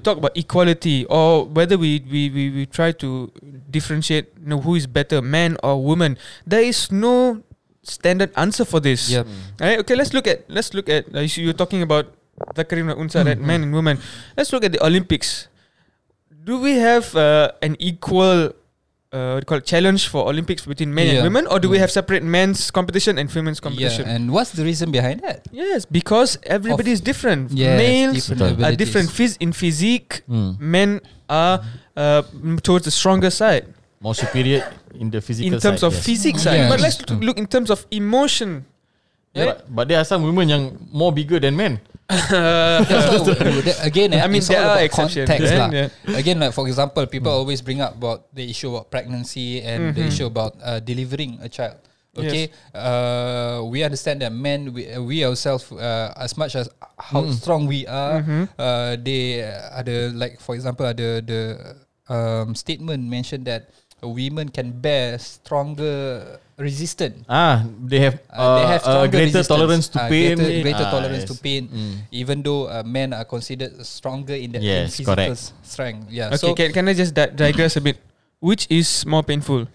S1: Yep.
S2: talk about equality, or whether we we, we, we try to differentiate you know, who is better, man or woman. There is no standard answer for this.
S1: Yep.
S2: Alright, okay, let's look at let's look at uh, you see, you're talking about Zakarin wa Unsa,
S1: Mm-hmm.
S2: right? Men and women. Let's look at the Olympics. Do we have uh, an equal uh, what do you call it, challenge for Olympics between men and
S1: Yeah.
S2: women, or do we
S1: Mm.
S2: have separate men's competition and women's
S1: Yeah,
S2: competition?
S1: and what's the reason behind that?
S2: yes, because everybody is different.
S1: Yes,
S2: Males
S1: different
S2: are
S1: abilities.
S2: different. Phys- in physique,
S3: Hmm.
S2: men are uh, m- towards the stronger side
S3: More superior in the
S2: in
S3: physical
S2: terms
S3: side,
S2: of
S3: yes.
S2: physique side.
S1: Yes.
S2: But let's
S1: Mm.
S2: look in terms of emotion.
S3: Yeah, but, but there are some women yang more bigger than men.
S1: Yeah, so, that- again, eh,
S2: I mean,
S1: it's
S2: there
S1: all about
S2: are exceptions,
S1: context
S2: yeah.
S1: lah.
S2: Yeah.
S1: Again, like for example, people
S3: Hmm.
S1: always bring up about the issue about pregnancy and
S3: Mm-hmm.
S1: the issue about uh, delivering a child. Okay, uh, we understand that men, we, we ourselves, uh, as much as how
S3: Mm.
S1: strong we are,
S3: Mm-hmm.
S1: uh, they are the like for example, are the the um, statement mentioned that women can bear stronger resistance
S3: Ah, they have, uh,
S1: uh, they have
S3: a
S1: stronger
S3: greater
S1: resistance.
S3: tolerance to
S1: Ah,
S3: pain.
S1: Greater, greater
S3: Ah,
S1: tolerance
S3: yes.
S1: to pain,
S3: Mm.
S1: even though uh, men are considered stronger in that in
S3: Yes,
S1: physical
S3: correct.
S1: strength. Yeah.
S2: Okay,
S1: So
S2: can, can I just di- digress a bit? Which is more painful?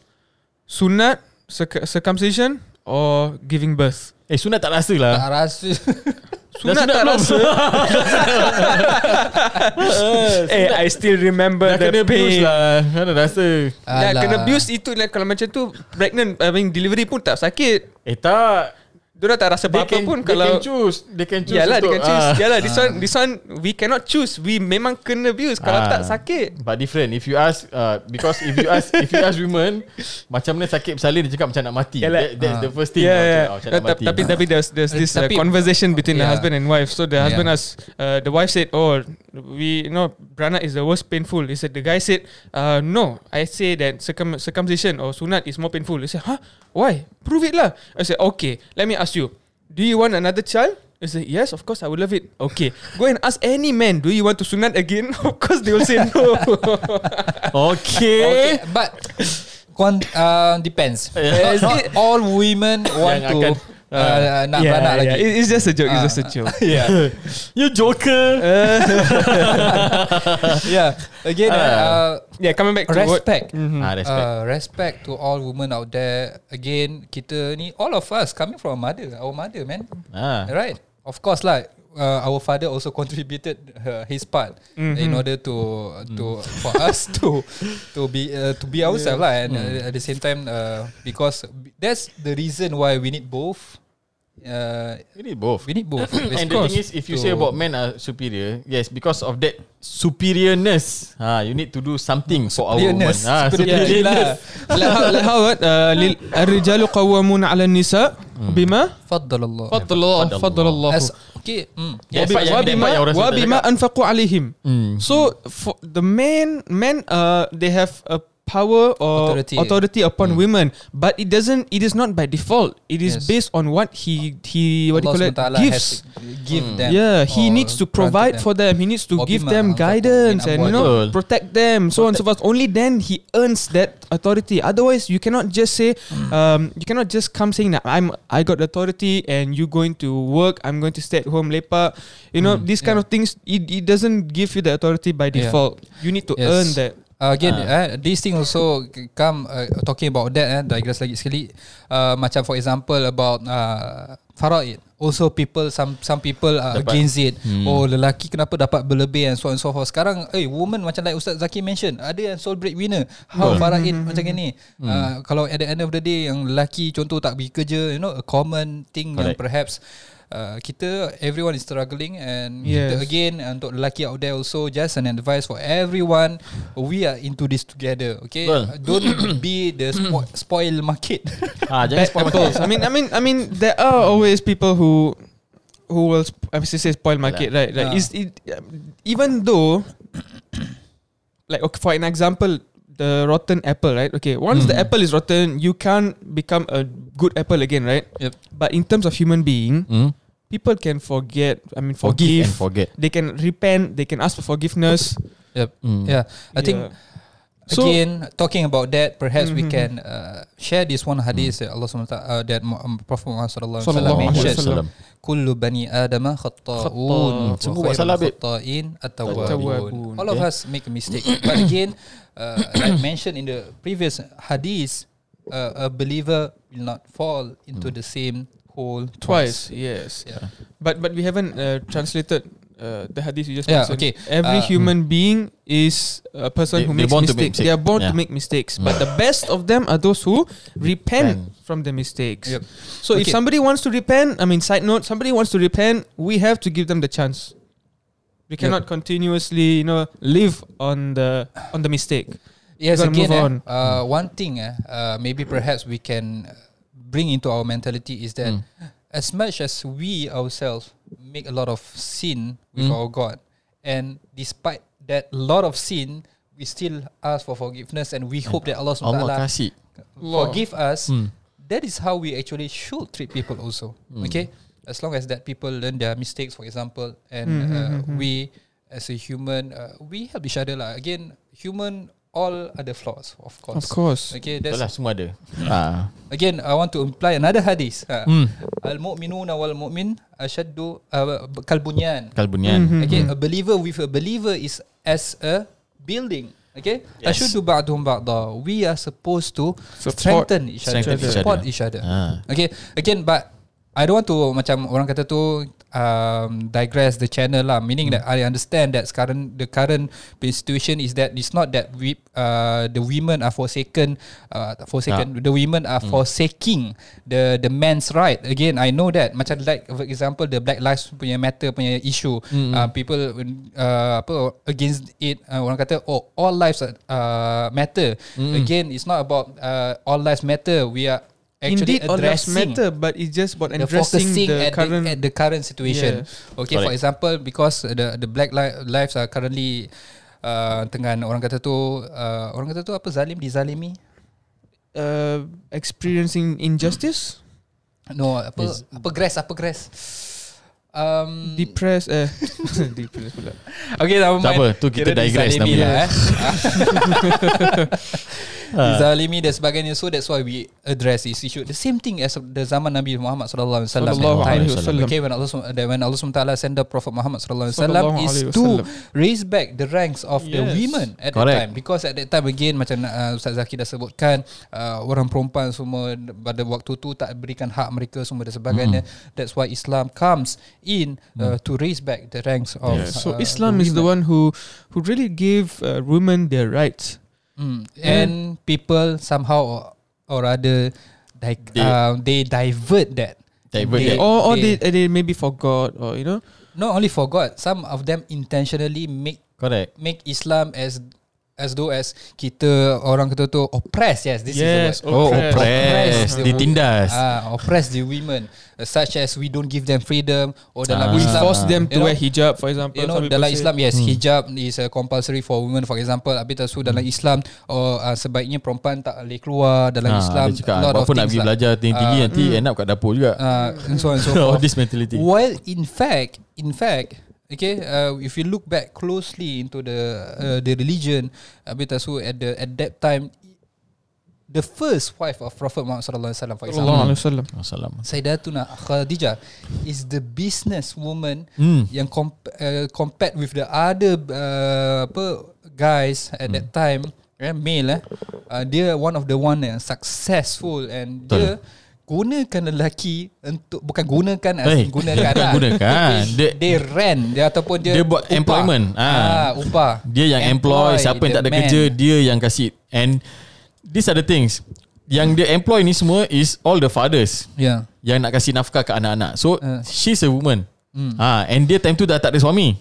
S2: Sunat, circ- circumcision or giving birth?
S3: Eh, sunat tak rasa lah.
S1: tak rasa
S2: Sunat
S3: sunat
S2: tak
S3: belum?
S2: rasa. eh, I still remember
S3: Dah
S2: the
S3: kena abuse
S2: pain. Lah.
S3: lah. Mana rasa.
S2: Dah
S1: Alah.
S2: kena abuse itu lah. Kalau macam tu, pregnant, I mean, delivery pun tak sakit.
S3: Eh, tak.
S2: Diorang tak rasa
S3: They
S2: apa-apa
S3: can,
S2: pun
S3: they
S2: kalau
S3: can choose They can choose
S2: Yalah they can
S3: untuk,
S2: choose
S3: ah.
S2: Yalah this one This one we cannot choose We memang kena views Kalau
S3: Ah.
S2: tak sakit
S3: But different If you ask uh, Because if you ask If you ask women Macam mana sakit bersalin Dia cakap macam nak mati
S2: Yalah.
S3: that, That's
S1: Ah.
S3: the first thing
S2: Yeah,
S3: macam,
S2: yeah.
S3: oh, macam
S2: No,
S3: nak
S2: ta-
S3: mati
S2: tapi tapi there's there's
S1: Eh,
S2: this uh,
S1: tapi-
S2: conversation between the
S1: Yeah.
S2: husband and wife. So the husband
S1: Yeah.
S2: asked, uh, the wife said, "Oh, we you know Brana is the worst painful." He said, "The guy said, uh, no, I say that circum- circumcision or sunat is more painful." He said, "Huh? Why? Prove it lah." I said, "Okay, let me ask you. Do you want another child?" He said, "Yes, of course I would love it." Okay, go and ask any man, "Do you want to sunat again?" of course they will say no.
S3: Okay
S1: Okay, but kon, uh, depends.
S3: Yeah.
S1: Not all women want
S3: Yang
S1: to
S3: akan,
S1: uh, nak beranak lagi.
S2: It- It's just a joke. It's
S1: Ah.
S2: just a joke.
S1: Yeah,
S3: You joker
S2: Uh,
S1: yeah. Again, uh,
S2: Yeah, coming back to
S1: Respect.
S2: What, Mhm.
S3: Ah,
S1: respect.
S3: respect
S1: Uh, respect to all women out there. Again, kita ni all of us coming from our mother, our mother, man.
S3: ah.
S1: Right. Of course lah. Uh, our father also contributed uh, his part
S3: Mm-hmm.
S1: in order to to for us to to be uh, to be ourselves lah and uh, at the same time uh, because b- that's the reason why we need both uh,
S3: We need Ah, both
S1: we need both
S3: And the thing is If you say about men are superior Yes because of that Superiorness ha, You need to do something For our ah, women
S1: superiorness
S3: ha,
S1: superiority lah
S2: like how, like how what uh, lil- الرجال قوامون على النساء بما
S1: فضل الله
S2: فضل الله يعني فضل الله
S1: As- okay mm.
S2: وب-
S3: Yeah, part yang- that part yang
S2: وبما
S3: orang selalu
S2: وبما
S3: cakap.
S2: أنفقوا عليهم
S3: Mm.
S2: so for the men men uh, they have a power or
S1: Authority.
S2: authority, upon women but it doesn't it is not by default it is
S1: Yes.
S2: based on what he he what do you call
S1: Allah SWT
S2: it
S1: has
S2: gives
S1: to give
S3: Mm.
S1: them
S2: yeah
S1: or
S2: he needs to
S1: granted
S2: provide
S1: them. uh,
S2: for them he needs to give
S1: وبما
S2: them
S1: أنفقوا
S2: guidance
S1: من
S2: and you know
S3: أموالهم.
S2: protect them so on and so forth only then he earns that authority otherwise you cannot just say
S1: Mm.
S2: um, you cannot just come saying that I'm I got authority and you going to work I'm going to stay at home lepa you know these kind
S1: Mm, yeah.
S2: of things it, it doesn't give you the authority by
S1: Yeah.
S2: default you need to
S1: Yes.
S2: earn that
S1: Uh, again,
S3: Ah.
S1: uh. Uh, these things also c- come uh, talking about that. Eh, digress lagi sekali. Uh, macam for example about uh, faraid. Also people some some people are
S3: Dapat. Hmm.
S1: against it. Oh lelaki kenapa dapat berlebih and so on and so forth. Sekarang, eh woman macam like Ustaz Zaki mention ada yang sole breadwinner. How
S3: Betul.
S1: faraid macam ni.
S3: Hmm.
S1: Uh, kalau at the end of the day yang lelaki contoh tak pergi kerja, you know, a common thing yang
S3: Correct.
S1: perhaps uh, kita everyone is struggling and kita
S2: Yes.
S1: again uh, untuk lelaki out there also just an advice for everyone we are into this together okay
S3: Betul.
S1: don't be the spo- spoil market
S3: ha, Jangan
S2: bad apples. I mean, I mean, I mean, there are always people who who will sp- I say spoil market, right? Like,
S1: Ah.
S2: is it um, even though, like, okay, for an example, the rotten apple, right? Okay, once
S1: Hmm.
S2: the apple is rotten, you can't become a good apple again, right?
S1: Yep.
S2: But in terms of human being,
S3: hmm?
S2: people can forget. I mean,
S3: Forgive
S2: forgive.
S3: and forget
S2: they can repent. They can ask for forgiveness.
S1: yep.
S3: Hmm.
S1: yeah i think
S2: Yeah. So-
S1: Again, talking about that, perhaps we
S2: Mhm.
S1: can uh, share this one hadith that Allah SWT, uh, that Mu- um, Prophet Muhammad sallallahu alaihi wasallam
S2: Sallallahu alaihi
S1: mentioned.
S2: wasallam.
S1: Kullu bani Adam
S2: Khatta'un.
S1: khatta'un.
S3: Semua
S1: wa
S3: buat salah,
S1: khairul
S3: babe.
S1: Khatta'in
S2: At-tawwabun.
S1: at-tawwabun. All of
S3: Okay.
S1: us make a mistake. But again, uh, like mentioned in the previous hadith, uh, a believer will not fall into the same hole
S2: Twice,
S1: twice.
S2: yes.
S1: Yeah.
S2: But but we haven't uh, translated uh, the hadith you just
S1: Yeah,
S2: mentioned.
S1: okay.
S2: Every
S1: Uh,
S2: human being is a person
S3: They-
S2: who makes
S3: they born to make
S2: mistakes. They are born to
S3: mistake.
S2: make
S1: Mm.
S2: mistakes. But the best of them are those who repent from the mistakes.
S1: Yep.
S2: So if
S1: Okay.
S2: somebody wants to repent, I mean, side note, somebody wants to repent, we have to give them the chance. We
S1: Yep.
S2: cannot continuously, you know, live on the on the mistake.
S1: Yes,
S2: Gotta
S1: again,
S2: move
S1: eh,
S2: on.
S1: Uh, one thing, eh, uh, maybe perhaps we can bring into our mentality is that as much as we ourselves make a lot of sin with our God, and despite that lot of sin, we still ask for forgiveness and we hope that Allah SWT
S3: Allah kasih Hmm.
S1: forgive us. That is how we actually should treat people also. Okay? As long as that people learn their mistakes, for example, and
S2: Hmm,
S1: uh, we as a human, uh, we help each other lah. Again, human, all other flaws, of course.
S2: Of course.
S1: Okay,
S3: Betul lah
S1: that's
S3: semua ada ha.
S1: again. I want to imply another hadith. Uh, Al mu'minuna wal mu'min ashaddu uh, kalbunyan.
S3: Kalbunian
S1: Okay, a believer with a believer is as a building. Okay,
S3: Yes.
S1: ashuddu ba'duhum ba'da. We are supposed to
S2: Support-
S1: strengthen each other,
S3: Strengthen each other.
S1: support each other.
S3: ha.
S1: Okay, again, but I don't want to macam orang kata tu um, digress the channel lah. Meaning that I understand that current the current situation is that it's not that we uh, the women are forsaken, uh, forsaken. The women are forsaking the the man's right. Again, I know that macam like for example the Black Lives punya matter punya issue, uh, people uh, apa against it. Uh, orang kata oh all lives are, uh, matter. Again, it's not about uh, all lives matter. We are actually
S2: Indeed, all lives
S1: addressing
S2: matter, but it's just about
S1: the
S2: addressing
S1: focusing
S2: the
S1: at, the,
S2: current.
S1: at the current situation. Okay, for
S3: Correct.
S1: example, because the the black li- lives are currently uh, dengan orang kata tu uh, orang kata tu apa zalim dizalimi?
S2: uh, experiencing injustice,
S1: No, apa
S3: Is-
S1: apa grass apa grass. Um,
S2: depressed. Uh, depressed pula.
S1: okay, tak
S3: Tak apa, tu kita digress
S1: dizalimi
S3: nama dia.
S1: eh.
S3: Ah.
S1: dizalimi dan sebagainya. So that's why we address this issue. The same thing as the zaman Nabi Muhammad sallallahu alaihi wasallam.
S2: Sallallahu
S1: Time
S2: alaihi
S3: Wasallam.
S2: wasallam.
S1: Okay, when Allah SWT when Allah SWT send the Prophet Muhammad sallallahu alaihi wasallam
S2: Sallallahu
S1: is
S2: alaihi
S1: to
S2: wasallam.
S1: raise back the ranks of yes. the
S2: Yes.
S1: women at Correct.
S3: Correct.
S1: that time because at that time again macam uh, Ustaz Zaki dah sebutkan uh, orang perempuan semua pada waktu tu tak berikan hak mereka semua dan sebagainya. Mm. That's why Islam comes in
S3: Mm.
S1: uh, to raise back the ranks of
S3: Yes.
S2: So
S1: uh,
S2: Islam is the
S1: women.
S2: one who who really gave uh, women their rights.
S1: mm. and people somehow or, or other like
S3: They-
S1: they, um, they divert that
S3: Divert
S1: They-
S3: that.
S2: or or they,
S1: they-
S2: uh, they maybe forgot or you know
S1: not only for God some of them intentionally make
S3: Correct.
S1: make Islam as as though as kita orang kata tu oppress yes this is
S2: Yes,
S1: the word
S3: Oh,
S2: Oppress.
S3: oppress.
S1: the-
S3: Ditindas.
S1: ah oppress the women uh, such as we don't give them freedom or dalam
S3: Ah.
S2: we
S1: Islam
S2: force them
S1: you
S2: to
S1: know,
S2: wear hijab for example.
S1: you know
S2: some people
S1: dalam
S2: say.
S1: Islam yes hmm. hijab is uh, compulsory for women for example habis tak so dalam
S3: Hmm.
S1: Islam or uh, sebaiknya perempuan tak boleh keluar dalam
S3: Ah,
S1: Islam
S3: dia cakap, apa pun
S1: lah."
S3: nak pergi belajar tinggi-tinggi nanti end up kat dapur juga.
S1: uh, and Ah, hmm. so on and so
S3: All
S1: forth
S3: this mentality.
S1: While in fact, in fact, okay, uh, if you look back closely into the uh, the religion, Abitasu at the at that time, the first wife of Prophet Muhammad sallallahu alaihi wasallam, for
S2: Sallallahu
S1: example,
S2: alaihi wasallam.
S3: Assalamualaikum.
S1: Sayyidatuna Khadijah is the businesswoman
S3: Hmm.
S1: yang comp- uh, compared with the other uh, apa guys at
S3: Hmm.
S1: that time eh, male eh uh, dia one of the one yang successful and dia gunakan lelaki untuk bukan gunakan as
S3: Eh,
S1: in gunakan lah.
S3: gunakan.
S1: dia,
S3: Dia-
S1: dia rent dia ataupun dia
S3: Dia buat
S1: upah.
S3: employment.
S1: ah
S3: Ah.
S1: upah
S3: Dia yang employ, siapa
S1: the
S3: yang tak ada
S1: man.
S3: kerja, dia yang kasih. And these are the things. Yang dia employ ni semua is all the fathers
S1: yeah
S3: yang nak kasih nafkah ke anak-anak. So
S1: Ah.
S3: she's a woman.
S1: Hmm.
S3: Ha, and dia time tu dah tak ada suami.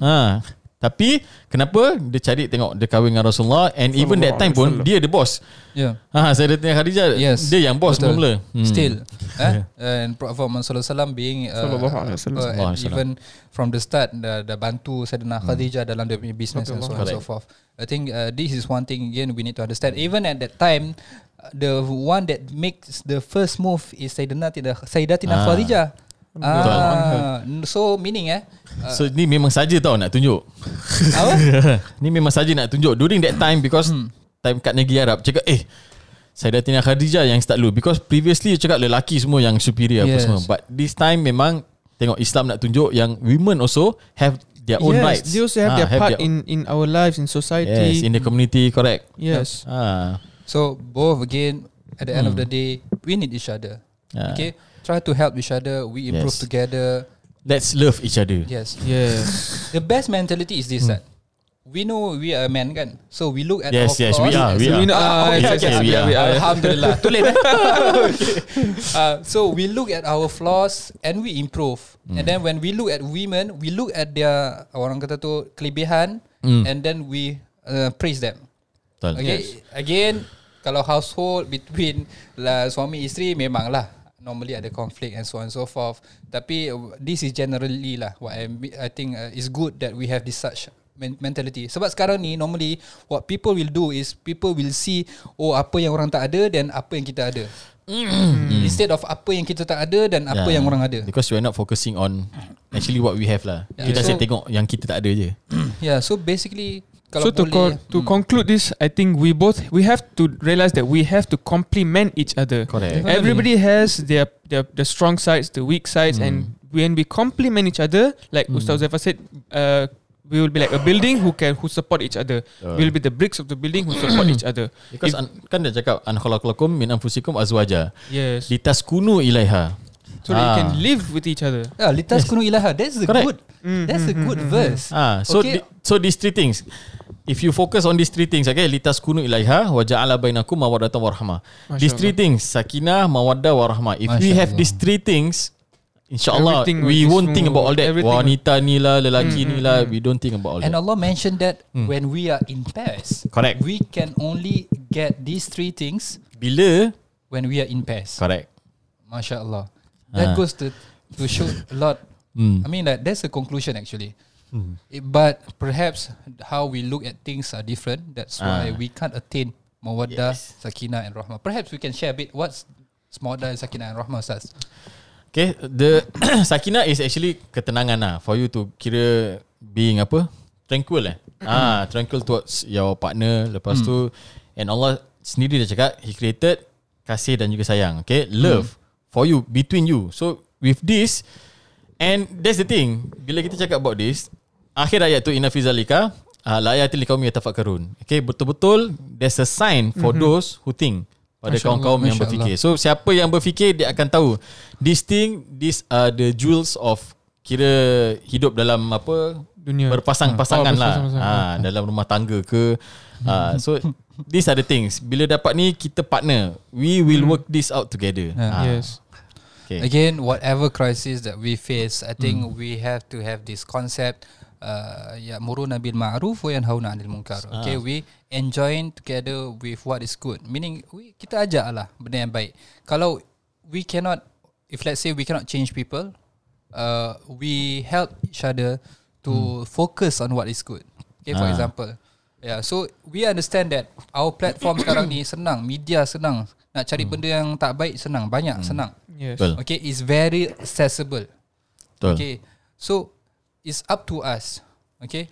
S3: Ha. Tapi kenapa dia cari tengok dia kahwin dengan Rasulullah and even that time pun dia the boss.
S1: yeah
S3: Ha, saya Sayyidina Khadijah
S1: Yes.
S3: dia yang boss
S1: Betul.
S3: mula. Hmm.
S1: Still, eh? and Prophet Muhammad Sallallahu Alaihi Wasallam being uh,
S2: Sallallahu Alaihi Wasallam.
S1: uh,
S3: Sallallahu Alaihi Hmm.
S1: even from the start dah, dah bantu Sayyidina Khadijah dalam dia punya business and so on and so
S3: Correct.
S1: forth. I think uh, this is one thing again we need to understand. Even at that time, uh, the one that makes the first move is Sayyidina Tina, Sayyidatina
S3: Ah.
S1: Khadijah.
S2: Betul.
S1: Ah, so meaning eh
S3: So ni memang saja tau nak tunjuk.
S1: apa?
S3: ni memang saja nak tunjuk during that time because hmm. time kat negeri Arab cakap eh Sayyidatina Khadijah yang start dulu because previously dia cakap lelaki semua yang superior yes. apa
S1: Yes.
S3: semua but this time memang tengok Islam nak tunjuk yang women also have their
S2: yes,
S3: own rights.
S2: They also have
S3: Ah,
S2: their part
S3: their-
S2: in in our lives in society.
S3: Yes, in the community correct.
S2: yes.
S3: Ah.
S1: So both again at the end of the day we need each other.
S3: Hmm. Ah.
S1: Okay, try to help each other. We improve
S3: Yes.
S1: together.
S3: Let's love each other.
S1: Yes.
S2: Yes.
S1: The best mentality is this that we know we are men kan. So we look at
S3: Hmm. Yes,
S1: our
S3: yes, we
S1: flaws.
S3: are, we
S2: So
S3: are.
S2: we know- ah,
S3: okay,
S2: yes,
S3: okay,
S2: yes,
S3: we
S2: yeah,
S3: are.
S2: we are.
S1: Alhamdulillah. Tulis. eh? uh, so we look at our flaws and we improve. And
S3: Hmm.
S1: then when we look at women, we look at their orang kata tu kelebihan
S3: Mm.
S1: and then we uh, praise them.
S3: Betul.
S1: Okay. Again, kalau household between lah, suami isteri memanglah normally ada conflict and so on and so forth. Tapi uh, this is generally lah what I I think uh, is good that we have this such men- mentality. Sebab sekarang ni normally what people will do is people will see oh apa yang orang tak ada dan apa yang kita ada.
S2: Mm.
S1: Instead of apa yang kita tak ada dan apa
S3: Hmm. Yeah.
S1: yang orang ada.
S3: Mm. Because we're not focusing on actually what we have lah.
S1: Yeah.
S3: Kita asyik
S1: So-
S3: tengok yang kita tak ada je.
S1: Yeah, so basically kalau
S2: So to
S1: boleh Hmm.
S2: co- to conclude this, I think we both we have to realize that we have to complement each other.
S3: Correct.
S1: Definitely.
S2: Everybody has their their the strong sides, the weak sides,
S3: Mm.
S2: and when we complement each other, like Ustaz Zefa said, uh, we will be like a building who can who support each other.
S3: Uh.
S2: We'll be the bricks of the building who support each other.
S3: Because
S2: If-
S3: un, kan dia cakap an khalaqalakum min anfusikum azwaja
S2: Yes.
S3: litaskunu ilaiha
S2: so that you can
S3: Ah.
S2: live with each other.
S1: Yeah, litas kunu ilaha. That's the
S3: Correct.
S1: good. That's
S2: Mm-hmm.
S1: the good verse.
S3: Ah, so
S1: Okay.
S3: okay. so these three things. If you focus on these three things, okay, litas kunu ilaiha wa ja'ala bainakum mawaddatan warahmah. These three things, sakinah, mawaddah, warahmah. If we
S1: Masya
S3: have
S1: Allah.
S3: these three things, insyaallah
S2: Everything will be
S3: we won't
S2: smooth.
S3: think about all that.
S2: Everything will- Mm,
S3: Wanita ni lah, lelaki ni lah, we don't think about all
S1: And
S3: that.
S1: Allah mentioned that when we are in pairs,
S3: Hmm. Correct.
S1: we can only get these three things
S3: Bila?
S1: when we are in pairs.
S3: Correct.
S1: Masya Allah. That
S3: Ah. Hmm.
S1: goes to to show a lot. I mean, like, that's the conclusion actually. It- but perhaps how we look at things are different. That's why
S3: Ah.
S1: we can't attain mawaddah,
S3: Yes.
S1: sakinah, and rahmah. Perhaps we can share a bit what's mawaddah, sakinah, and rahmah, Ustaz.
S3: Okay, the sakina is actually ketenangan lah for you to kira being apa? Tranquil eh. ah, tranquil towards your partner.
S1: Hmm.
S3: Lepas tu and Allah sendiri dah cakap he created kasih dan juga sayang. Okay, love
S1: Hmm.
S3: for you between you. So with this and that's the thing. Bila kita cakap about this, akhir ayat tu inna fi zalika ah, la ayatil liqaumin yatafakkarun. Okay, betul-betul there's a sign for those who think
S1: Mhm.
S3: pada
S1: Masya Allah,
S3: kaum-kaum yang
S1: Masya
S3: berfikir. So siapa yang berfikir dia akan tahu. This thing, this are the jewels of kira hidup dalam apa
S1: Ya.
S2: Dunia.
S1: Ah,
S2: Oh,
S3: berpasang-pasangan lah.
S2: berpasang-pasangan.
S3: Ha, dalam rumah tangga ke. Ha, so these are the things. Bila dapat ni kita partner. We will work this out together.
S1: Hmm. Yeah.
S3: Ah,
S2: Yes.
S3: Okay. Hmm.
S1: Again, whatever crisis that we face, I think we have to have this concept. Uh, Muruna bil ma'ruf wa yanhauna 'anil munkar.
S3: Ah.
S1: Okay, we enjoin together with what is good. Meaning we kita ajak lah benda yang baik. Kalau we cannot if let's say we cannot change people, uh, we help each other to focus on what is good. Okay, for
S3: Hmm. Ah.
S1: example. Yeah, so we understand that our platform sekarang ni senang, media senang. Nak cari
S3: Hmm.
S1: benda yang tak baik senang, banyak senang.
S2: Yes.
S3: Betul.
S1: Okay, it's very accessible.
S3: Betul.
S1: Okay, so it's up to us. Okay,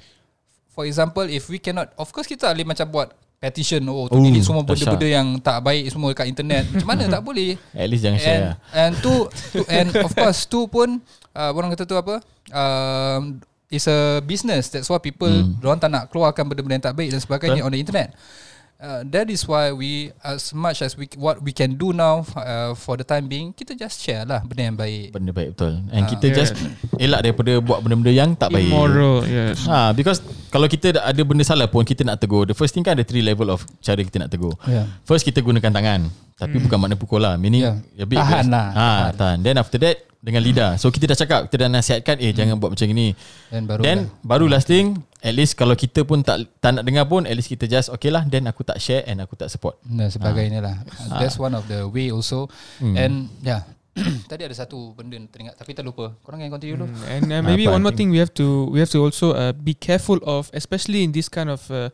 S1: for example, if we cannot, of course kita tak boleh macam buat petition oh tu
S3: Oh,
S1: delete semua
S3: dahsyat.
S1: benda-benda yang tak baik semua dekat internet. Macam mana tak boleh?
S3: At least jangan share. lah.
S1: and, and tu, tu and of course tu pun uh, orang kata tu apa? Um, it's a business. That's why people
S3: Hmm.
S1: mm. orang tak nak keluarkan benda-benda yang tak baik dan sebagainya on the internet. Uh, that is why we as much as we what we can do now uh, for the time being kita just share lah benda yang baik.
S3: Benda baik betul.
S1: Ah.
S3: And kita just elak daripada buat benda-benda yang tak baik.
S2: Immoral. Yes.
S3: Ha, because kalau kita dah ada benda salah pun kita nak tegur. The first thing kan ada three level of cara kita nak tegur.
S1: Yeah.
S3: First kita gunakan tangan Tapi bukan makna pukul lah Meaning
S1: Yeah.
S3: a bit
S1: Hmm. Tahan
S3: worse.
S1: lah.
S3: ha, tahan. Then after that Dengan lidah So kita dah cakap Kita dah nasihatkan Eh jangan buat macam ni
S1: Then Hmm. baru lah, Hmm.
S3: Then baru last thing At least kalau kita pun tak, tak nak dengar pun At least kita just Okay lah Then aku tak share And aku tak support
S1: dan sebagainya lah.
S3: ah.
S1: That's one of the way also.
S3: Hmm.
S1: And yeah. Tadi ada satu benda teringat tapi terlupa. Korang yang continue
S3: Hmm.
S1: dulu.
S2: And uh, maybe
S3: Apa,
S2: one
S3: I
S2: more
S3: think-
S2: thing we have to we have to also uh, be careful of, especially in this kind of uh,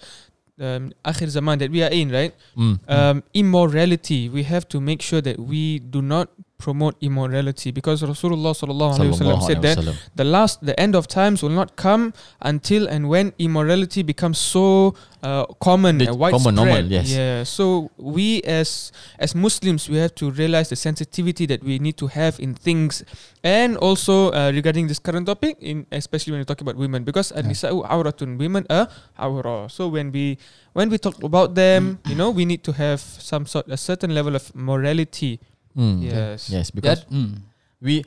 S2: um, akhir zaman that we are in, right?
S3: mm.
S2: Um, immorality. We have to make sure that we do not promote immorality because Rasulullah sallallahu alaihi wasallam said that the last the end of times will not come until and when immorality becomes so uh, common
S3: The
S2: and
S3: common,
S2: widespread
S3: normal, yes.
S2: yeah so we as as muslims we have to realize the sensitivity that we need to have in things and also uh, regarding this current topic in especially when we talk about women because an-nisa'u awratun women are awra so when we when we talk about them
S3: Mm.
S2: you know we need to have some sort a certain level of morality
S3: mm.
S2: yes
S3: Yes because
S1: That, mm.
S3: we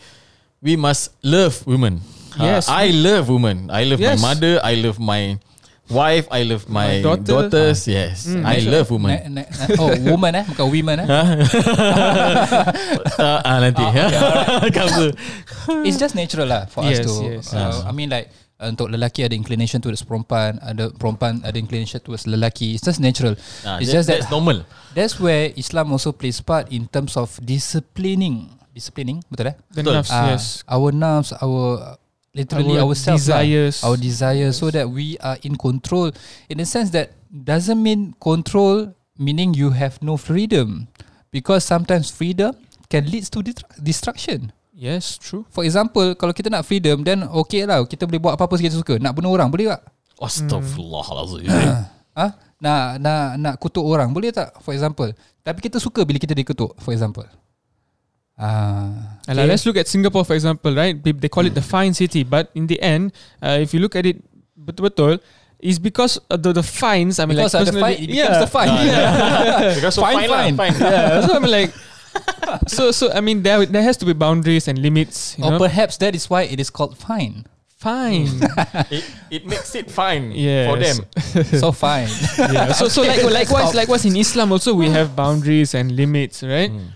S3: we must love women.
S2: Yes.
S3: Uh, I love women. I love
S2: Yes.
S3: my mother. I love my wife. I love my,
S2: My daughter.
S3: daughters. Yes,
S2: Mm,
S3: I
S1: Malaysia.
S3: love women.
S1: Na, na, na, oh, woman eh, bukan women eh.
S3: Ah, ah, nanti.
S1: Ah, okay,
S3: Cover.
S1: It's just natural lah for us
S2: Yes,
S1: to.
S2: yes,
S1: uh, I mean like uh, untuk lelaki ada inclination towards perempuan, ada perempuan ada inclination towards lelaki. It's just natural.
S3: Ah,
S1: It's
S3: that-
S1: just that-
S3: that's normal.
S1: That's where Islam also plays part in terms of disciplining. Disciplining, betul eh?
S2: the
S3: Betul.
S2: nafs
S1: Ah,
S2: yes
S1: Our nerves, our literally
S2: Our
S1: ourselves lah.
S3: uh,
S2: desires.
S1: our desires, so that we are in control. In the sense that doesn't mean control, meaning you have no freedom, because sometimes freedom can leads to detru- destruction.
S2: yes true
S1: For example, kalau kita nak freedom, then okay lah, kita boleh buat apa-apa kita suka. Nak bunuh orang, boleh tak?
S3: Astaghfirullahalazim.
S1: Ha? Nak nak nak kutuk orang, boleh tak? For example. Tapi kita suka bila kita dikutuk, for example. Ah,
S2: And like, let's look at Singapore, for example, right? They they call it the fine city, but in the end, uh, if you look at it, betul is because of the, the fines. I mean,
S1: Because
S2: like
S1: of the fine,
S2: personally-
S1: it becomes the fine.
S2: yeah.
S3: Because so
S1: Fine,
S3: fine, lah,
S1: fine.
S3: fine.
S2: yeah. So I mean, like so so I mean there there has to be boundaries and limits. You
S1: Or
S2: know?
S1: perhaps that is why it is called fine.
S2: Fine.
S3: it, it makes it fine
S2: Yes.
S3: for them.
S1: so fine.
S2: yeah. So so like likewise likewise in Islam also we have boundaries and limits, right?
S3: Hmm.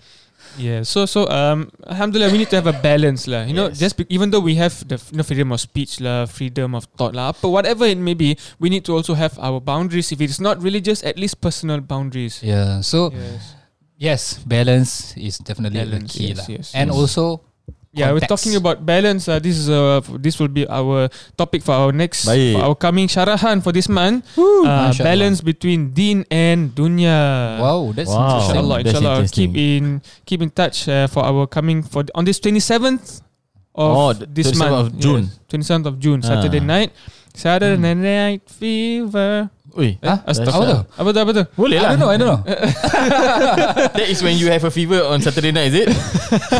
S2: Yeah. So so um alhamdulillah we need to have a balance lah. You know,
S3: Yes.
S2: just be, even though we have the f- you know, freedom of speech lah, freedom of thought lah, but whatever it may be, we need to also have our boundaries. If it's not religious, at least personal boundaries.
S1: Yeah. So
S2: Yes.
S1: yes, balance is definitely the
S2: Balance,
S1: key
S2: yes,
S1: lah.
S2: yes,
S1: and
S2: yes.
S1: also
S2: Yeah, we're
S1: Context.
S2: talking about balance. Uh, this is uh, f- this will be our topic for our next
S3: Baik.
S2: for our coming syarahan for this month. Uh,
S1: Masya Allah.
S2: balance between din and dunya.
S1: wow, that's
S3: Wow.
S1: interesting.
S2: Uh, Inshallah,
S3: Oh, That's
S2: inshallah.
S3: interesting.
S2: Keep in keep in touch uh, for our coming for on this 27th of
S3: Oh, the
S2: this
S3: 27th
S2: month
S3: of June.
S2: Yes, 27th of June, Saturday
S3: Ah. Hmm.
S2: night. Saturday night fever. Eh,
S3: Ui,
S1: Huh? Apa tu?
S2: Apa tu apa tu?
S1: I
S3: Boleh lah.
S1: don't know, I don't know.
S3: That is when you have a fever on Saturday night, is it?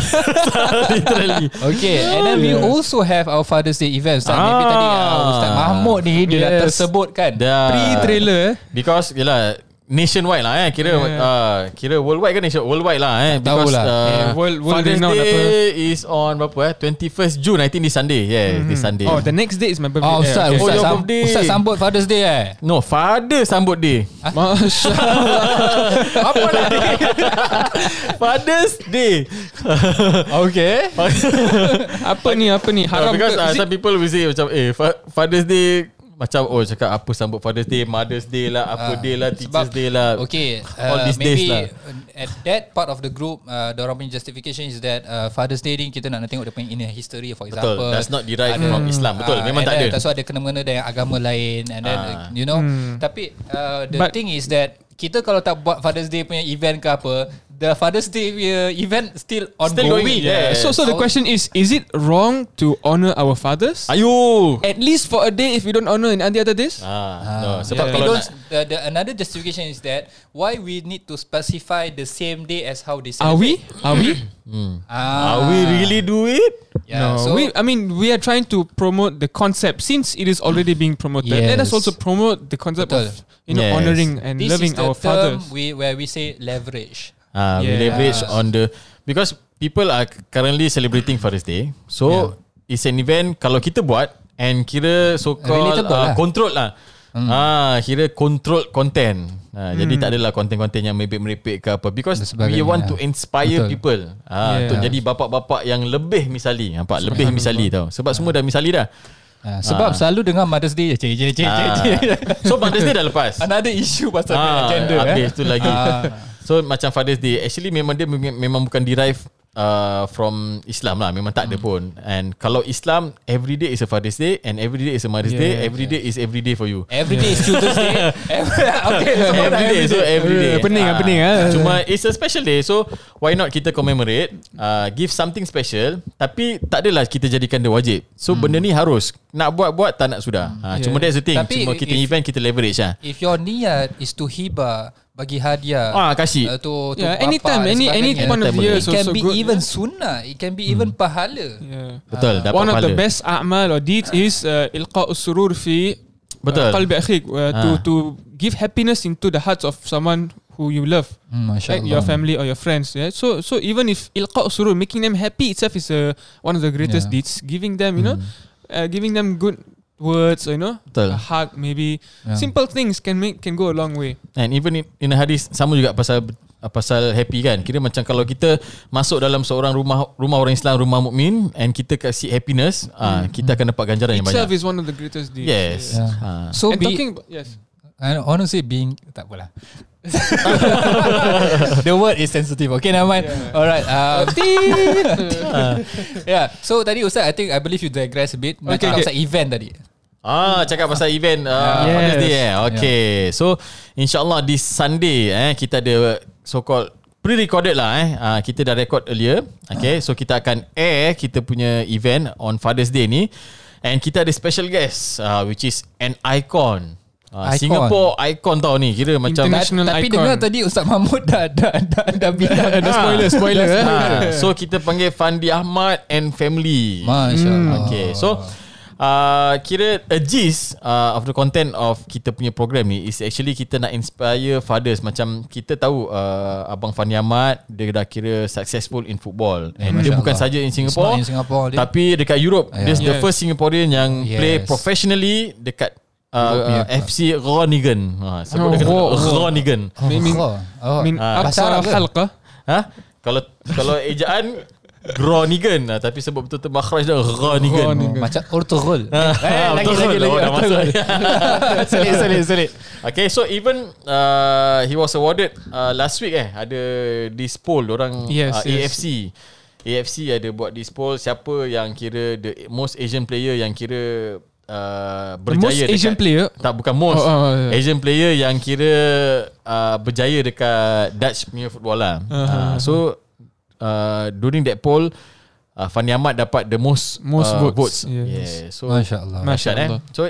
S3: Literally.
S1: Okay, and then we also have our Father's Day event. Ustaz, maybe
S3: Ah.
S1: tadi uh, Ustaz Mahmud ni dia dah
S2: Yes.
S1: tersebut kan.
S3: Dah.
S2: Pre-trailer. eh?
S3: Because yelah Nationwide lah eh Kira
S2: Yeah.
S3: yeah. uh, Kira worldwide ke nation Worldwide lah eh
S1: Tak
S3: Because
S1: tahulah.
S2: Yeah, world- world
S3: Father's
S2: renowned
S3: Day is on berapa eh 21st June I think this Sunday Yeah mm-hmm. this Sunday
S2: Oh, the next day is my birthday.
S1: Oh, Ustaz,
S2: Yeah, okay.
S3: Oh,
S1: Ustaz,
S3: your
S1: sam-
S3: birthday.
S1: Ustaz sambut Father's Day eh.
S3: No Father sambut day
S2: Masya
S3: Apa lah day Father's Day
S1: Okay.
S2: Apa ni apa ni?
S3: Haram
S2: Haram
S3: Because
S2: ke?
S3: uh,
S2: Is it-
S3: some people will say Macam eh fa- Father's Day Macam oh cakap Apa sambut Father's Day Mother's Day lah Apa
S1: Ah,
S3: day lah
S1: sebab-
S3: Teacher's Day lah
S1: Okay,
S3: All
S1: uh,
S3: these
S1: maybe
S3: days
S1: uh,
S3: lah.
S1: at that part of the group, uh, orang punya justification is that uh, Father's Day ni kita nak tengok dia punya in history for
S3: Betul
S1: example.
S3: That's not derived from Islam Betul
S1: Ah,
S3: Memang
S1: and
S3: tak
S1: then
S3: ada
S1: That's why ada kena-mengena dengan agama lain and then
S3: Ah.
S1: you know. Tapi uh, the
S2: Hmm. But-
S1: thing is that kita kalau tak buat Father's Day punya event ke apa, the Father's Day punya event still
S3: Still
S1: ongoing.
S3: going, yeah.
S2: So so the question is is it wrong to honor our fathers?
S3: Ayuh
S2: At least for a day if we don't honor in any other days?
S3: Ah, no, sebab
S1: Sebab we
S3: kalau
S1: don't,
S3: nak,
S1: the, the, another justification is that why we need to specify the same day as how they
S2: Are
S1: celebrate.
S2: we? Are we?
S1: Ah,
S3: Are we really do it?
S1: Yeah,
S2: no,
S1: so
S2: we, I mean, we are trying to promote the concept since it is already being promoted. Let us
S1: Yes.
S2: also promote the concept of
S1: Betul.
S2: you know
S3: Yes.
S2: honoring and
S1: this
S2: loving
S1: is the
S2: our
S1: term
S2: fathers.
S1: we, where we say leverage.
S3: Ah, we
S2: Yeah.
S3: leverage on the because people are currently celebrating Father's Day. So it's an event kalau kita buat and kira so called
S1: Relatable
S3: uh,
S1: lah.
S3: control lah. Ah, kira control content. Ah, Jadi tak adalah konten-konten yang merepek-merepek ke apa
S1: Hmm.
S3: because
S1: Dan
S3: we
S1: sebagainya. lah.
S3: want to inspire
S1: Betul.
S3: people. Ah,
S2: Yeah.
S3: untuk jadi bapak-bapak yang lebih misali. Nampak lebih misali tau. Sebab semua dah misali dah.
S1: Ah, sebab selalu dengar Mother's Day je, je, je, je,
S3: Ah.
S1: je.
S3: So Father's Day dah lepas.
S1: Another issue pasal ah, gender. Eh.
S3: Habis tu lagi
S1: Ah.
S3: So macam Father's Day Actually memang dia mem- Memang bukan derive uh, From Islam lah Memang tak
S2: Hmm.
S3: ada pun And kalau Islam Every day is a Father's Day And every day is a Mother's Day
S2: Yeah,
S3: Every day is every day for you
S1: Every day is Children's Day. Every, okay, so
S3: Every
S1: every
S3: day, so every day.
S2: Eh, pening ah,
S3: Ah,
S2: pening ah.
S3: Cuma it's a special day, so why not kita commemorate, uh, give something special, tapi tak adalah kita jadikan dia wajib. So benda ni harus nak buat buat tak nak sudah.
S2: Hmm. Yeah.
S3: Ah, Cuma that's the thing.
S1: Tapi
S3: cuma kita
S1: if-
S3: event kita leverage lah.
S1: If your niat is to hiba, bagi hadiah.
S3: Ah, kasih.
S1: Uh, to, to
S2: Yeah,
S1: bapa
S2: anytime,
S1: dan
S2: any- any
S1: sebagainya.
S2: point
S3: of year
S1: It
S2: is
S1: can
S2: also
S1: be
S2: good,
S1: even
S2: yeah. Hmm.
S1: sunnah. It can be even pahala.
S2: Yeah.
S3: Betul,
S1: Ah.
S3: dapat
S2: One of
S3: pahala.
S2: the best a'mal or deeds is uh, ilqa surur fi Uh,
S3: Betul.
S2: qalbi akhik, uh, to
S3: Ah.
S2: to give happiness into the hearts of someone who you love.
S1: Hmm, Masya
S2: Like your family or your friends, yeah. So, so even if ilqa surur, making them happy itself is uh, one of the greatest
S1: Yeah.
S2: deeds. Giving them, you know, uh, giving them good words, you know,
S3: Mm. Hmm. Betul.
S2: a hug maybe.
S1: Yeah.
S2: Simple things can make can go a long way.
S3: And even in, in a hadis sama juga pasal pasal happy kan. Kira macam kalau kita masuk dalam seorang rumah rumah orang Islam, rumah mukmin and kita kasih happiness, ah kita akan dapat ganjaran yang
S2: Hmm. Itself
S3: banyak.
S2: is one of the greatest deeds.
S3: Yes.
S1: Yeah.
S3: Ah.
S1: So
S2: and
S1: Oh, be,
S2: talking about, yes.
S1: I don't- honestly being tak apalah. the word is sensitive. Okay, never mind. Yeah. Alright. Um, yeah. So tadi Ustaz, I think I believe you digress a bit. Okay,
S2: Okay,
S1: okay.
S2: okay.
S1: Pasal event tadi.
S3: Ah, cakap pasal event uh,
S2: Hmm. Yes.
S3: yes. Father's Day eh. Okay. Yeah. So, insyaAllah this Sunday eh, kita ada so-called pre-recorded lah eh. Uh, kita dah record earlier. Okay. So, kita akan air kita punya event on Father's Day ni. And kita ada special guest uh, which is an icon. Uh,
S1: Icon.
S3: Singapore icon tau ni. Kira macam...
S1: Ta-
S2: Internet- National
S1: tapi
S2: icon.
S1: dengar tadi Ustaz Mahmud dah dah dah, dah bilang.
S2: Ada spoiler, spoiler. eh.
S3: Ah, so, kita panggil Fandi Ahmad and family.
S2: Hmm,
S1: Masya Allah.
S3: Okay. So, uh, kira a gist uh, of the content of kita punya program ni is actually kita nak inspire fathers macam kita tahu uh, abang Fandi Ahmad dia dah kira successful in football and dia
S1: Masya
S3: bukan
S1: Allah.
S3: saja in
S1: It's
S3: Singapore,
S1: not in Singapore, dia-
S3: tapi dekat Europe yeah.
S1: Yeah.
S3: this the
S2: Yes.
S3: first Singaporean yang yes.
S1: Yes.
S3: play professionally dekat
S1: Europe,
S3: uh, uh,
S1: yeah.
S3: FC Groningen ha sebut
S2: Oh,
S3: dia kata
S2: oh.
S3: Groningen
S1: Oh,
S2: Min-
S1: oh.
S2: Min
S3: Ah.
S1: Bahasa
S2: aktar
S1: Arab ke?
S2: halqa.
S3: Ha? Kalau kalau ejaan Groningen lah tapi sebab betul-betul makhraj dia Groningen.
S1: Oh, Macam ortogol.
S3: Ah,
S1: Eh, lagi,
S3: betul.
S1: lagi, lagi.
S3: Oh, dah masuk. Selit selit selit. Okay, so even uh, he was awarded uh, last week eh ada this poll orang
S2: Yes,
S3: uh,
S2: yes.
S3: AFC. AFC ada buat this poll siapa yang kira the most Asian player yang kira uh,
S2: most
S3: berjaya
S2: Asian
S3: dekat-
S2: player?
S3: tak bukan
S2: Oh,
S3: most
S2: oh, oh, yeah.
S3: Asian player yang kira uh, berjaya dekat Dutch punya football lah.
S2: Uh-huh.
S3: Uh, so uh, during that poll uh, Fandi Ahmad dapat the most
S2: Most
S3: uh,
S2: votes.
S3: votes.
S2: Yes.
S3: Yeah. So
S1: Masya Allah.
S2: Masya
S3: Masya Allah.
S2: Allah.
S3: Eh? So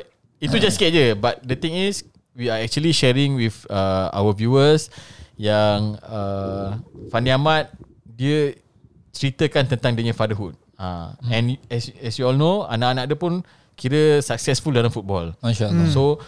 S3: itu just sikit je but the thing is we are actually sharing with uh, our viewers yang uh, Fandi Ahmad dia ceritakan tentang dia punya fatherhood. Uh, hmm. and as, as you all know anak-anak dia pun kira successful dalam football.
S1: Masya Allah.
S3: So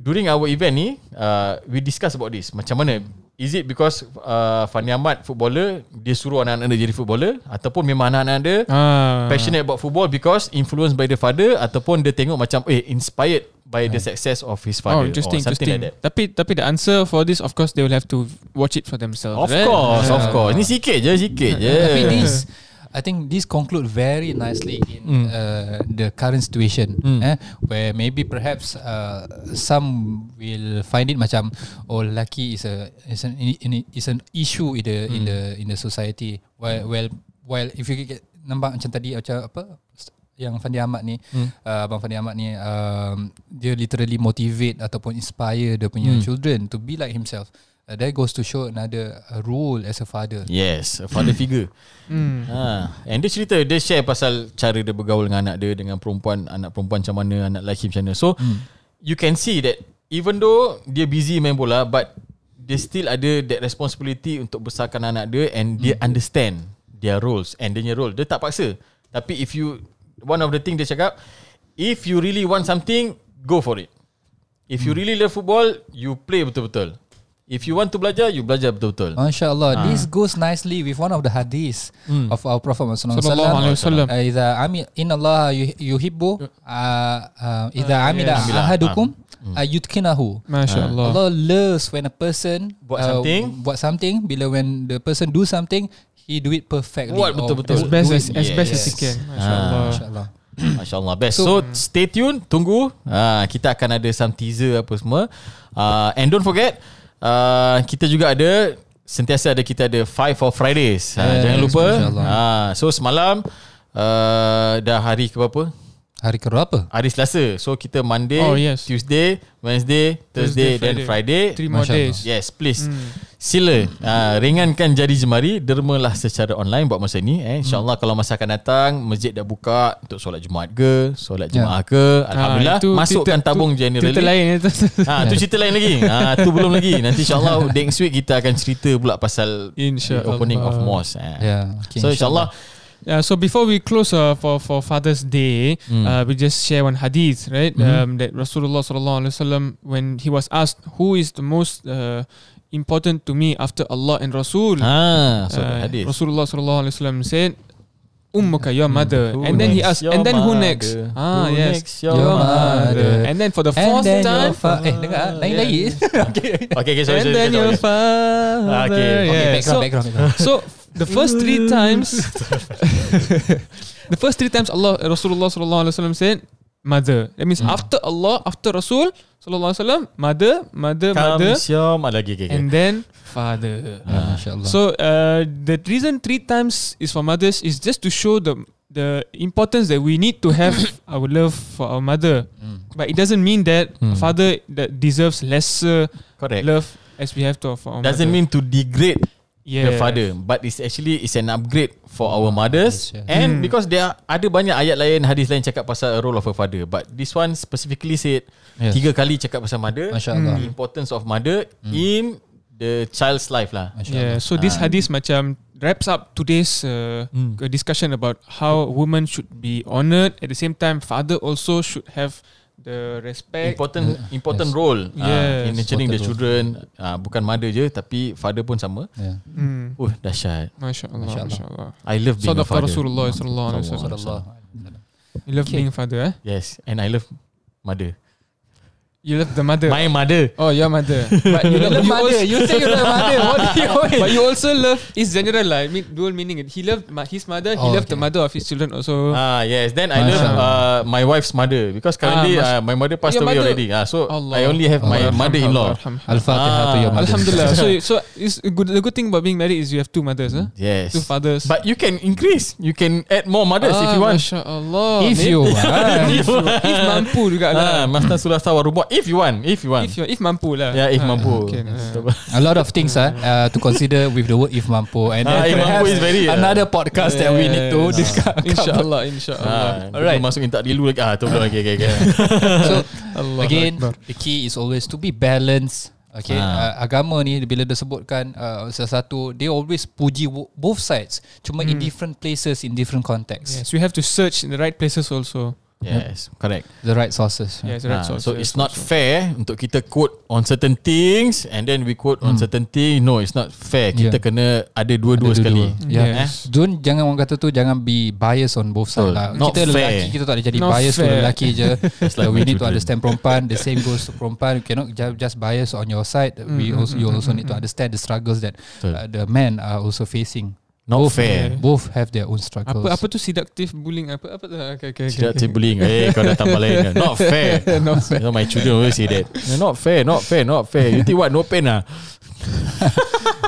S3: during our event ni, uh, we discuss about this. Macam mana? Is it because uh, Fandi Ahmad footballer dia suruh anak-anak dia jadi footballer ataupun memang anak-anak dia
S2: Ah.
S3: passionate about football because influenced by the father ataupun dia tengok macam eh inspired by the success of his
S2: Oh,
S3: father
S2: interesting,
S3: or something
S2: interesting.
S3: like that.
S2: Tapi tapi the answer for this of course they will have to watch it for themselves.
S3: Of
S2: right?
S3: course, of course. Ni sikit je, sikit je.
S1: kan? Tapi this I think this conclude very nicely in uh, the current situation eh, where maybe perhaps uh, some will find it macam oh lelaki is a is an in- is an issue in the in the in the society while well while if you get nampak macam tadi macam apa yang Fandi Ahmad ni uh, Abang Fandi Ahmad ni um, dia literally motivate ataupun inspire dia punya children to be like himself uh, that goes to show another uh, role as a father
S3: Yes, a father figure. Hmm. Ha. And dia cerita, dia share pasal cara dia bergaul dengan anak dia, dengan perempuan, anak perempuan macam mana, anak lelaki macam mana. So, hmm. you can see that even though dia busy main bola, but dia still ada that responsibility untuk besarkan anak dia and dia understand their roles and dia punya role. Dia tak paksa. Tapi if you, one of the thing dia cakap, if you really want something, go for it. If you really love football, you play betul-betul. If you want to belajar, you belajar betul-betul.
S1: Masya
S2: Ah.
S1: Allah. This goes nicely with one of the hadiths of our Prophet Sallallahu
S2: Hmm. Sallallahu alaihi wasallam.
S1: Uh, Iza ami inna Allah yuh- yuhibbu uh, uh, Iza
S2: Ah,
S1: amila
S3: yes.
S1: ahadukum ayutkinahu.
S2: Masya Ah. Hmm. Allah.
S3: Ah.
S1: Allah loves when a person uh,
S3: Buat something.
S1: buat something bila when the person do something he do it perfectly. Oh, Ah,
S3: Buat
S1: or
S3: betul-betul.
S2: As
S1: do
S2: best
S1: it-
S2: as, as best as he
S1: Yes.
S2: can. Masya Allah.
S1: Masya Allah.
S3: MasyaAllah best So, so stay tuned Tunggu uh, Kita akan ada some teaser apa semua uh, And don't forget uh, Kita juga ada Sentiasa ada kita ada Five for Fridays uh,
S1: Yes,
S3: Jangan lupa
S1: masyaAllah.
S3: uh, So semalam uh, Dah hari ke berapa?
S1: Hari keberapa?
S3: Hari Selasa So kita Monday
S2: Oh, yes.
S3: Tuesday Wednesday Thursday, Thursday Then Friday
S2: Three more
S1: Masya
S2: days.
S3: Yes, please.
S2: Hmm.
S3: Sila uh, ringankan jari jemari, dermalah secara online buat masa ni eh. Insya-Allah
S2: Hmm.
S3: kalau masa akan datang, masjid dah buka untuk solat Jumaat ke, solat
S1: Ya.
S3: Jumaat ke, alhamdulillah
S2: Ah, itu
S3: masukkan
S2: cerita-
S3: tabung
S2: tu-
S3: January.
S2: Cerita lain eh? itu.
S3: Ha, tu cerita lain lagi. Ha, tu belum lagi. Nanti insya-Allah next week kita akan cerita pula pasal
S2: Insya
S3: the opening of
S2: Allah.
S3: mosque.
S2: Ya.
S3: Eh.
S1: Yeah. Okay,
S3: so insya-Allah
S2: Yeah, so before we close uh, for for Father's Day,
S3: Mm.
S2: uh, we just share one hadith, right? Um,
S3: Mm-hmm.
S2: that Rasulullah sallallahu alaihi wasallam, when he was asked, "Who is the most uh, important to me after Allah and Rasul?"
S3: ha so
S2: Uh,
S3: hadis.
S2: Rasulullah sallallahu alaihi wasallam said, "Ummuka your mother,"
S3: Mm. Who
S2: and then he
S3: next?
S2: asked,
S3: Your
S2: "And then who
S3: mother.
S2: next?" Ah,
S3: Who
S2: yes,
S3: next? Your
S1: mother.
S2: And then for the
S1: And
S2: fourth
S1: then
S2: time,
S1: your fa- eh dengar ah, lain lagi.
S3: Okay, okay, sorry,
S2: and
S3: sorry.
S2: then
S3: sorry,
S2: your
S3: sorry. Ah,
S2: father.
S3: okay, okay,
S2: yeah.
S1: Background,
S2: So-
S1: background, background.
S2: So the first three times, the first three times Allah Rasulullah sallallahu alaihi wasallam said mother. That means
S3: Hmm.
S2: after Allah, after Rasul sallallahu alaihi wasallam, mother, mother, mother,
S3: Comes your mother. Lagi, okay, okay.
S2: and then father.
S1: Ah, Masya Allah.
S2: So uh, the reason three times is for mothers is just to show the the importance that we need to have our love for our mother.
S3: Hmm.
S2: But it doesn't mean that father that deserves lesser
S3: Correct.
S2: love as we have to for our
S3: Doesn't
S2: mother.
S3: mean to degrade yeah. the
S2: Yes.
S3: father but it's actually it's an upgrade for our
S1: Yes,
S3: mothers
S1: yes.
S3: and because there are, ada banyak ayat lain hadis lain cakap pasal role of a father but this one specifically said yes.
S1: Yes.
S3: tiga kali cakap pasal mother
S1: Masya Allah.
S2: Hmm.
S3: the importance of mother in the child's life lah
S1: Masya Allah.
S2: Ah. Yeah, so this hadis macam wraps up today's uh, discussion about how women should be honored. At the same time, father also should have the respect.
S3: important important role
S2: Yes.
S3: uh, in nurturing
S4: Important
S3: the
S4: role.
S3: children uh, bukan mother je tapi father pun sama
S1: Yeah.
S2: Mm.
S3: oh dahsyat
S2: MashaAllah,
S1: Masya Allah.
S2: MashaAllah.
S3: I love being a
S2: Sadaqah
S3: father Ah.
S2: Rasulullah sallallahu alaihi wasallam.
S1: Rasulullah.
S2: You love
S1: Okay.
S2: being father, eh?
S3: yes and I love mother
S2: You love the mother.
S3: my mother
S2: oh, your mother. But you love
S1: love
S2: you
S1: mother.
S2: also-
S1: You say you love mother. What do you want?
S2: But you also love his general lah. I mean, dual meaning. He loved ma- his mother. He
S1: Oh,
S2: loved the
S1: okay.
S2: mother of his children also.
S3: Ah yes, then I love
S1: Mashallah.
S3: uh, my wife's mother because currently
S2: mas-
S3: uh, my mother passed
S2: Your
S3: away
S2: mother-
S3: already. Ah, so
S2: Allah.
S3: I only have my
S1: Allah.
S3: mother-in-law.
S2: Alhamdulillah.
S3: Ah,
S1: Al-Fatiha to your mother.
S2: Alhamdulillah. so, so it's a good, the good thing about being married is you have two mothers, huh?
S3: Yes,
S2: Two fathers. Ah,
S3: but you can increase. You can add more mothers if you want.
S2: MashaAllah.
S1: If
S2: Maybe-
S1: you ah, want.
S2: Ah, if, you- if mampu juga lah.
S3: Ah, Master Surasa Warubah. If you want, if you want.
S2: If you if mampu lah.
S3: yeah, if
S2: Ah,
S3: mampu.
S2: okay, nah.
S1: A lot of things ah uh, to consider with the word if mampu and then
S3: Ah, if
S1: perhaps
S3: mampu is very, ah.
S1: another podcast that we need to discuss.
S2: Ah, InsyaAllah, insyaAllah.
S3: Ah,
S1: Alright.
S3: Alright. Masuk intak dilu lagi. Ah, tu belum lagi. Okay, okay.
S1: So
S2: Allah
S1: again
S2: Akbar.
S1: the key is always to be balanced. Okay,
S3: Ah.
S1: uh, agama ni bila dia sebutkan uh, sesuatu they always puji wo- both sides cuma in
S3: Hmm.
S1: different places in different contexts.
S2: Yes, we have to search in the right places also.
S3: yes, correct.
S1: The right sources.
S2: Yes, the right
S3: Ah,
S2: sources.
S3: so it's not fair untuk kita quote on certain things and then we quote on certain things. No, it's not fair.
S1: Yeah.
S3: Kita kena ada dua-dua sekali.
S1: Yeah.
S2: Yes.
S1: Yes.
S3: eh?
S1: Don't jangan orang kata tu jangan be bias on both sides
S3: Betul.
S1: lah.
S3: Not
S1: kita
S3: fair.
S1: lelaki kita tak boleh jadi
S2: Not
S1: bias to
S2: fair.
S1: lelaki je.
S3: Just like
S1: like we
S3: my
S1: need to
S3: children.
S1: understand perempuan. The same goes to perempuan. You cannot ju- just bias on your side. We
S2: Mm-hmm.
S1: also you also need to understand the struggles that
S3: Betul.
S1: uh, the men are also facing.
S3: Not
S1: both
S3: fair.
S1: Both have their own struggles.
S2: Apa apa tu seductive bullying apa apa tu? Ah, Okay, okay, okay.
S3: Tidak okay. bullying Eh kau dah tambah lain kan? Not fair Not fair You know, My children always say that Not fair Not fair Not fair You think what no pain lah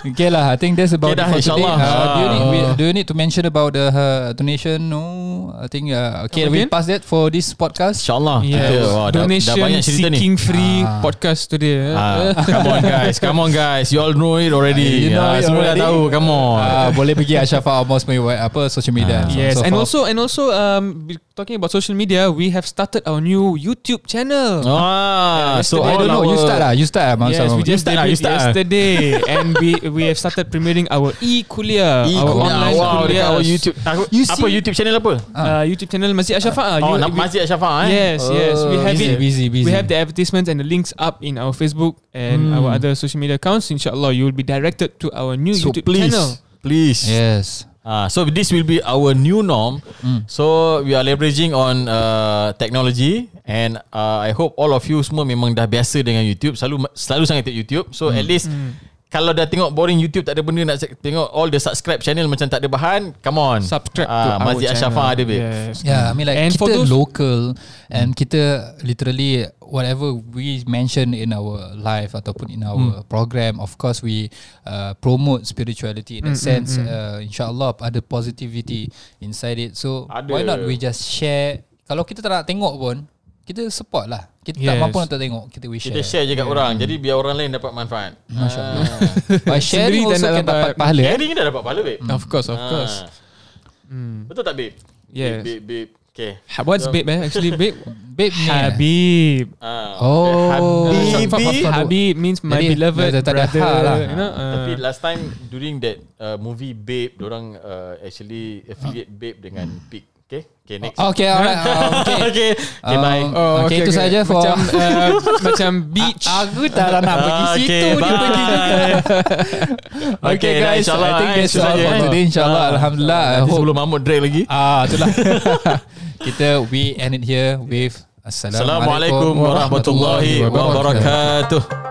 S1: Okay lah, I think that's about
S3: Okay dah,
S1: it for today.
S3: insyaAllah.
S1: Uh, do, you need, we,
S3: Ah.
S1: do you need to mention about the uh, donation? No, I think uh, okay.
S2: Come
S1: We
S2: again?
S1: pass that for this podcast.
S3: InsyaAllah kita, wah, dah, dah
S2: Donation
S3: banyak cerita ni
S2: seeking free
S1: Ah.
S2: podcast today. eh.
S3: Ah, Come on guys Come on guys You all know it already
S1: You know
S3: Ah,
S1: it
S3: Semua dah
S1: already.
S3: tahu Come on
S1: Uh, boleh pergi Ashrafah Almost punya web- apa social media.
S3: Ah.
S1: So-
S2: Yes,
S1: so
S2: and
S1: far.
S2: also and also um be- talking about social media, we have started our new YouTube channel.
S3: Ah, So
S1: So I
S3: all
S1: don't know. You
S3: our-
S1: start lah. You start lah. Mangsa
S2: Yes, we
S1: Muhammad.
S2: just
S3: You
S2: did
S3: start lah, you
S2: it
S3: start lah.
S2: yesterday, and we we have started premiering our e-kulia,
S3: Eh,
S2: our
S3: kau-
S2: online
S3: wow,
S2: kuliah,
S3: dekat our YouTube Aku-
S1: You
S3: Apa
S1: see- Ah,
S3: YouTube channel apa?
S2: uh, YouTube channel Masjid Ashafa.
S3: Oh, nama Masjid Asyafa eh?
S2: Yes, yes, we have
S1: busy,
S2: it.
S1: busy, busy.
S2: We have the advertisements and the links up in our Facebook and
S3: Hmm.
S2: our other social media accounts. Inshallah, you will be directed to our new
S3: So
S2: YouTube
S3: please
S2: channel.
S3: Please
S1: Yes.
S3: Ah, so this will be our new norm.
S2: Hmm.
S3: So we are leveraging on uh, technology and uh, I hope all of you semua memang dah biasa dengan YouTube. Selalu selalu sangat tengok YouTube.
S2: Hmm.
S3: So at least kalau dah tengok boring YouTube tak ada benda nak se- tengok all the subscribe channel macam tak ada bahan, come on.
S2: Subscribe to
S3: Ah,
S2: our
S3: Masjid
S2: channel.
S3: Ashafa ada babe.
S2: Yes.
S1: Yeah, I mean like
S2: And
S1: kita
S2: for those- Hmm.
S1: local and kita literally whatever we mention in our live ataupun in
S2: Hmm.
S1: our program, of course we uh, promote spirituality in a
S2: Hmm,
S1: sense. Uh, InsyaAllah ada positivity inside it. So
S3: Ada.
S1: why not we just share? Kalau kita tak nak tengok pun, kita support lah. Kita tak
S2: Yes.
S1: mampu nak tak tengok, kita we
S3: Kita
S1: share.
S3: share je kat orang
S2: Hmm.
S3: Jadi biar orang lain dapat manfaat
S1: InsyaAllah. By sharing
S2: Sendiri tak
S1: also
S2: nak
S1: can dapat
S2: dapat-
S1: pahala. eh?
S3: Sharing ni dah dapat pahala babe
S2: Of course, Hmm, of course. Hmm.
S3: Ah. Betul tak babe?
S2: Yes.
S3: Babe, babe, babe. Okay
S2: Ha- What's babe? Eh? Actually, babe.
S1: Babe ni, eh?
S2: Habib.
S3: Ah,
S1: Oh.
S3: okay.
S1: Short form
S3: Habibi
S1: of
S2: Habib means my
S1: Jadi,
S2: beloved
S1: tak- tak ada
S2: brother.
S1: ha lah.
S2: You know, uh,
S3: Tapi last time during that uh, movie Babe, orang uh, actually affiliate Babe dengan Pig. Okay, okay next.
S1: Okay, alright. uh, Ah, Okay.
S3: okay, okay
S1: Um,
S3: bye.
S1: Oh, okay, Ah, itu saja for-
S2: macam, uh, macam beach.
S1: Aku tak nak pergi
S3: Ah,
S1: situ
S3: okay,
S1: dia pergi
S3: Okay,
S1: Okay,
S3: dah,
S1: guys,
S3: insyaAllah,
S1: I think
S3: eh,
S1: that's
S3: itu
S1: all
S3: saja,
S1: for
S3: eh.
S1: today. InsyaAllah,
S3: Ah,
S1: Alhamdulillah. I
S3: Nanti
S1: hope
S3: sebelum Mahmud drag lagi.
S1: Ah, itulah. Kita we end it here with Assalamualaikum
S3: Assalamualaikum warahmatullahi wabarakatuh.